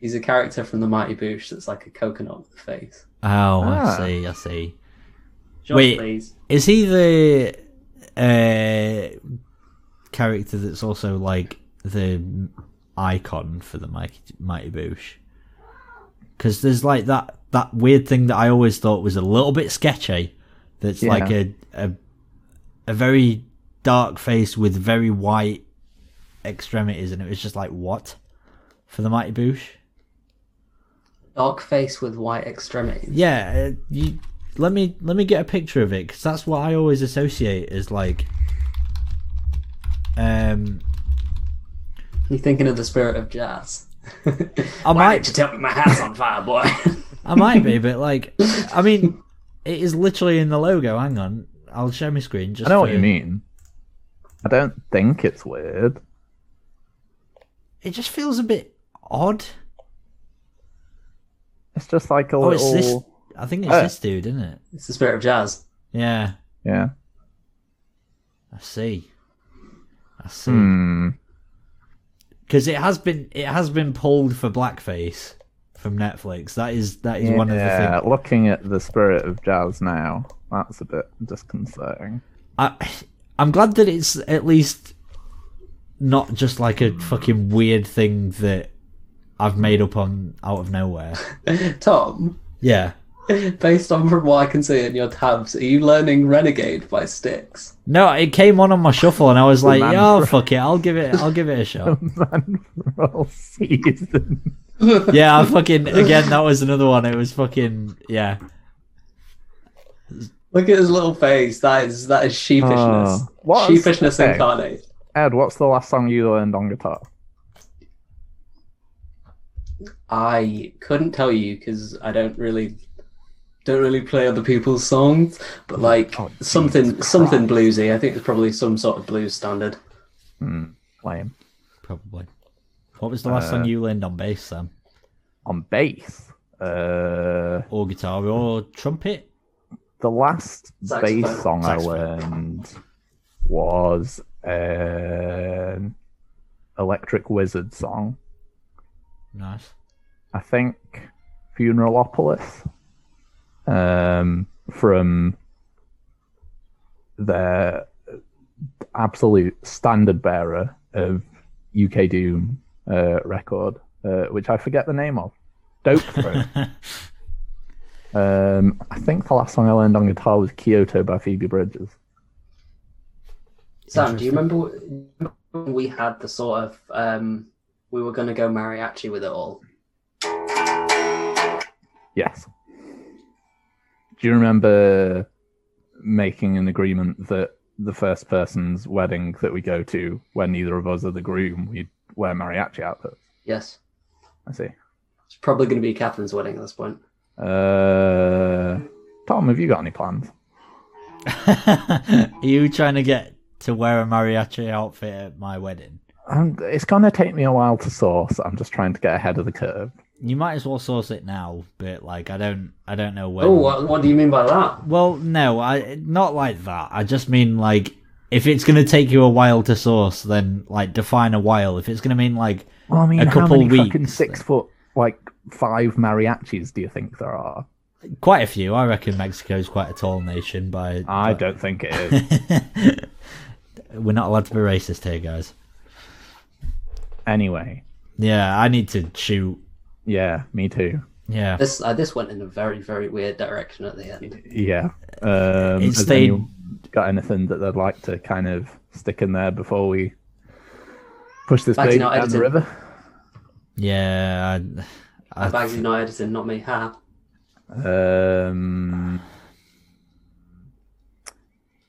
S2: He's a character from the Mighty Boosh that's like a coconut with a face.
S1: Oh,
S3: Ah.
S1: I see. I see.
S2: John,
S1: Wait.
S2: please.
S1: Is he the uh, character that's also like the icon for the Mighty, Mighty Boosh? Because there's like that that weird thing that I always thought was a little bit sketchy. That's
S3: Yeah.
S1: like a, a a very dark face with very white extremities, and it was just like what for the Mighty Boosh?
S2: Dark face with white extremities.
S1: Yeah, uh, you let me let me get a picture of it because that's what I always associate is like, um,
S2: You're thinking of the spirit of jazz.
S1: I
S2: Why
S1: might
S2: didn't you tell me my house on fire, boy?
S1: I might be, but like, I mean, it is literally in the logo. Hang on, I'll share my screen. Just
S3: I know what
S1: for-
S3: you mean. I don't think it's weird.
S1: It just feels a bit odd.
S3: It's just like a
S1: Oh, Uh.
S3: little
S1: it's this. I think it's
S3: Oh.
S1: this dude, isn't it?
S2: it's the spirit of jazz.
S1: Yeah,
S3: yeah.
S1: I see. I see.
S3: Hmm.
S1: because it has been it has been pulled for blackface from Netflix. That is that is one of the things.
S3: Yeah, looking at the spirit of jazz now, that's a bit disconcerting.
S1: I, I'm glad that it's at least not just like a fucking weird thing that I've made up on out of nowhere.
S2: Tom,
S1: Yeah.
S2: based on from what I can see in your tabs, are you learning Renegade by Styx?
S1: No, it came on on my shuffle, and I was like,
S3: Man
S1: "Yo,
S3: for-
S1: fuck it, I'll give it, I'll give it a shot."
S3: Man for all season.
S1: yeah, I fucking again. That was another one. It was fucking yeah.
S2: Look at his little face. That is that is sheepishness.
S3: Oh. What is-
S2: sheepishness
S3: okay.
S2: incarnate.
S3: Ed, what's the last song you learned on guitar?
S2: I couldn't tell you because I don't really don't really play other people's songs, but like
S3: Oh,
S2: something
S3: Jesus
S2: something
S3: Christ.
S2: bluesy. I think it's probably some sort of blues standard.
S3: Hmm, lame.
S1: Probably. What was the last song you learned on bass, Sam,
S3: On bass. Uh,
S1: or guitar, or trumpet?
S3: the last
S2: Saxophone.
S3: bass song I
S1: Saxophone.
S3: learned was an Electric Wizard song.
S1: Nice.
S3: I think Funeralopolis um, from their absolute standard bearer of UK Doom uh, record, uh, which I forget the name of. Dope Throat. um, I think the last song I learned on guitar was Kyoto by Phoebe Bridges.
S2: Sam, do you remember when we had the sort of um, we were going to go mariachi with it all?
S3: Yes. Do you remember making an agreement that the first person's wedding that we go to, where neither of us are the groom, we'd wear mariachi outfits?
S2: Yes,
S3: I see.
S2: it's probably going to be Catherine's wedding at this point.
S3: Uh, Tom, have you got any plans?
S1: Are you trying to get to wear a mariachi outfit at my wedding?
S3: Um, it's going to take me a while to source. I'm just trying to get ahead of the curve.
S1: You might as well source it now, but like I don't, I don't know when.
S8: Oh, what, what do you mean by that?
S1: Well, no, I not like that. I just mean like if it's gonna take you a while to source, then like define a while. If it's gonna mean like
S3: Well, I mean,
S1: A
S3: how
S1: couple
S3: many fucking
S1: weeks.
S3: six foot, like five mariachis do you think there are?
S1: quite a few, I reckon Mexico's quite a tall nation. By
S3: I don't think it is.
S1: we're not allowed to be racist here, guys.
S3: anyway,
S1: Yeah, I need to shoot.
S3: yeah, me too.
S1: Yeah,
S8: This uh, this went in a very very weird direction at the end.
S3: Yeah. Um,
S1: It's
S3: has
S1: they-
S3: anyone got anything that they'd like to kind of stick in there before we push this
S8: Bag's
S3: baby
S8: not
S3: down the
S8: edited.
S3: river?
S1: yeah. I,
S8: My bags are not editing, not me. Ha.
S3: Um,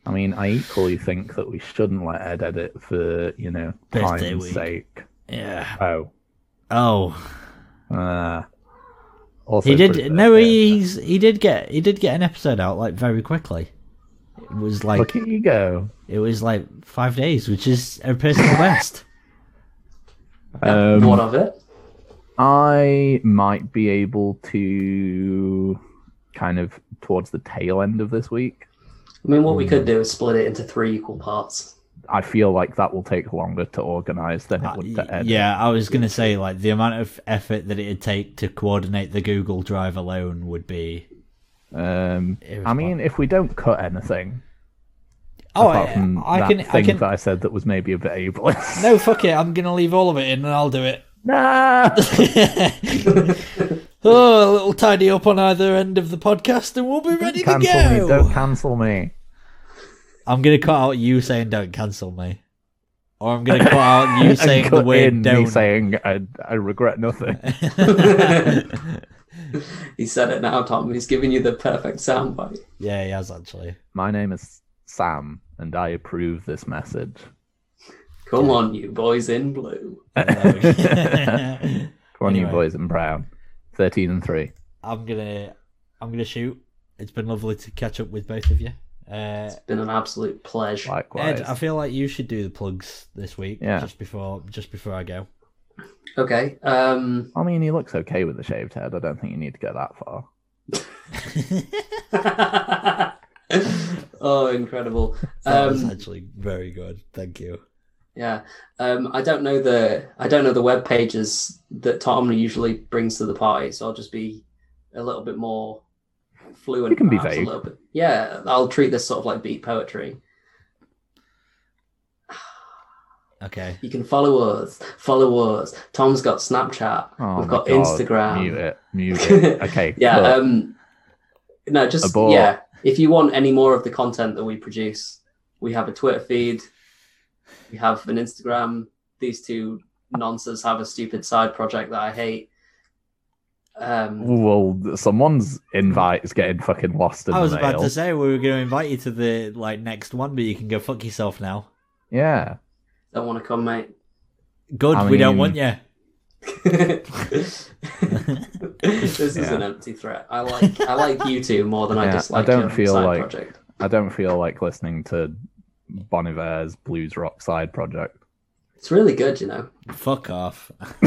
S3: I mean, I equally think that we shouldn't let Ed edit for you know
S1: Birthday
S3: time's
S1: week.
S3: sake.
S1: yeah.
S3: Oh,
S1: Oh,
S3: uh, also
S1: he
S3: for his
S1: did. No,
S3: birthday.
S1: he's he did get he did get an episode out like very quickly. It was like
S3: Look at you go.
S1: it was like five days, which is a personal best.
S3: Um,
S8: what of it?
S3: I might be able to kind of towards the tail end of this week.
S8: I mean, what we could do is split it into three equal parts.
S3: I feel like that will take longer to organize than it would to edit.
S1: Uh, Yeah, I was gonna say like the amount of effort that it'd take to coordinate the Google Drive alone would be.
S3: Um,
S1: It was
S3: I mean, if we don't cut anything,
S1: Oh,
S3: apart from that
S1: I can,
S3: thing
S1: I can.
S3: that I said that was maybe a bit ableist.
S1: No, fuck it. I'm gonna leave all of it in, and I'll do it.
S3: No.
S1: oh, a little tidy up on either end of the podcast, and we'll be ready to
S3: cancel
S1: go.
S3: me! Don't cancel me!
S1: I'm gonna cut out you saying "don't cancel me," or I'm gonna cut out you
S3: And
S1: saying the
S3: cut
S1: word
S3: in me
S1: "don't."
S3: saying I, I regret nothing.
S8: He said it now, Tom. He's giving you the perfect soundbite.
S1: yeah, he has actually.
S3: My name is Sam, and I approve this message.
S8: Come on, you boys in blue.
S3: Come on,
S1: Anyway.
S3: you boys in brown, thirteen and three.
S1: I'm gonna I'm gonna shoot. It's been lovely to catch up with both of you. Uh,
S8: It's been an absolute pleasure.
S3: Likewise.
S1: Ed, I feel like you should do the plugs this week.
S3: Yeah.
S1: Just before just before I go.
S8: Okay. Um,
S3: I mean, he looks okay with the shaved head. I don't think you need to go that far.
S8: oh, incredible.
S1: That was
S8: Um,
S1: actually very good. Thank you.
S8: Yeah, um, I don't know the I don't know the web pages that Tom usually brings to the party, so I'll just be a little bit more fluent.
S3: You can be
S8: perhaps,
S3: vague.
S8: A little bit. Yeah, I'll treat this sort of like beat poetry.
S1: Okay.
S8: You can follow us, follow us. Tom's got Snapchat.
S3: Oh
S8: We've
S3: my God.
S8: got Instagram.
S3: Mute it. Mute it. Okay.
S8: Yeah.
S3: look.
S8: Um, no, just
S3: Abort.
S8: yeah. If you want any more of the content that we produce, we have a Twitter feed, we have an Instagram. These two nonsense have a stupid side project that I hate. Um,
S3: Well, someone's invite is getting fucking lost in
S1: I was
S3: the
S1: about
S3: mail.
S1: to say we were going to invite you to the like next one, but you can go fuck yourself now.
S3: Yeah.
S8: don't want to come, mate.
S1: Good,
S3: I
S1: we don't
S3: mean-
S1: want you.
S8: this is
S3: Yeah.
S8: an empty threat. I like I like you two more than I
S3: Yeah,
S8: dislike.
S3: I don't
S8: your
S3: feel
S8: side
S3: like-
S8: project.
S3: I don't feel like listening to Bon Iver's Blues Rock Side Project.
S8: it's really good. You know,
S1: Fuck off.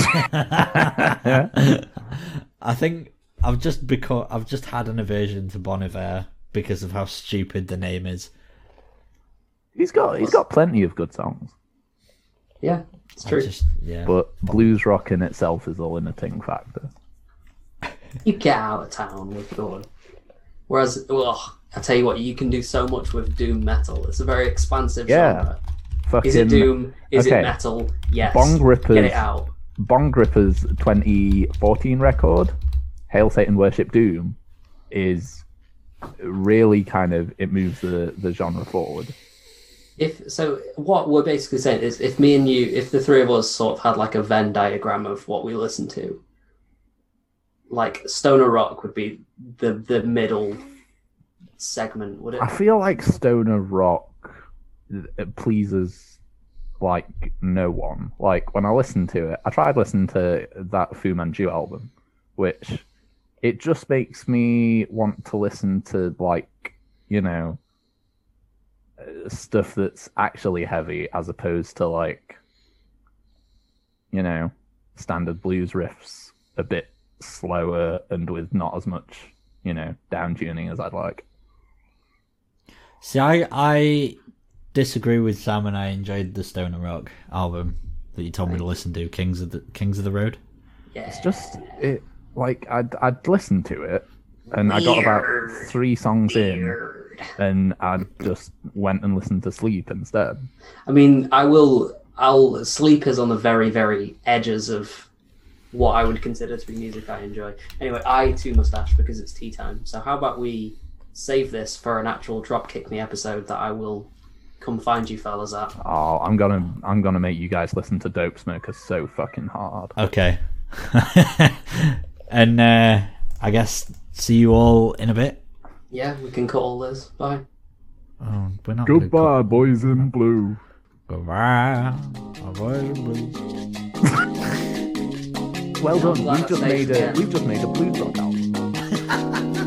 S1: I think I've just become I've just had an aversion to Bon Iver because of how stupid the name is.
S3: He's got he's got plenty of good songs,
S8: yeah, it's
S1: I
S8: true.
S1: just yeah.
S3: but blues rock in itself is a limiting factor.
S8: you get out of town with Dawn. Whereas, well, I tell you what, you can do so much with doom metal. It's a very expansive
S3: Yeah.
S8: genre.
S3: Fucking
S8: Is it doom? Is
S3: okay.
S8: it metal? Yes.
S3: Bong Rippers.
S8: Get it out.
S3: Bong Gripper's 2014 record, Hail Satan Worship Doom, is really kind of it moves the the genre forward.
S8: If so, what we're basically saying is, if me and you, if the three of us sort of had like a Venn diagram of what we listen to, like stoner rock would be the the middle segment, would it?
S3: I feel like stoner rock it pleases like no one. Like when I listen to it, I tried listening to that Fu Manchu album, which it just makes me want to listen to like you know uh, stuff that's actually heavy as opposed to like you know standard blues riffs a bit slower and with not as much, you know, down tuning as I'd like.
S1: See, I I disagree with Sam, and I enjoyed the Stone and Rock album that you told me to listen to, Kings of the Kings of the Road.
S8: Yeah.
S3: It's just it like I'd I'd listened to it and I got about three songs in and I just went and listened to Sleep instead.
S8: I mean, I will. I'll sleep is on the very, very edges of what I would consider to be music I enjoy. Anyway, I too must dash because it's tea time. So how about we save this for an actual drop kick me episode that I will come find you fellas at.
S3: Oh, I'm gonna I'm gonna make you guys listen to Dope Smoker so fucking hard.
S1: Okay, and uh, I guess see you all in a bit.
S8: Yeah, we can cut all this. Bye.
S1: Oh, we're not gonna cut-
S3: Goodbye, boys in blue.
S1: Goodbye. Goodbye.
S3: Well
S8: Yeah,
S3: done.
S8: I'm glad
S3: We've
S8: I
S3: just
S8: saved
S3: made a
S8: it.
S3: we've just made a blue dog album.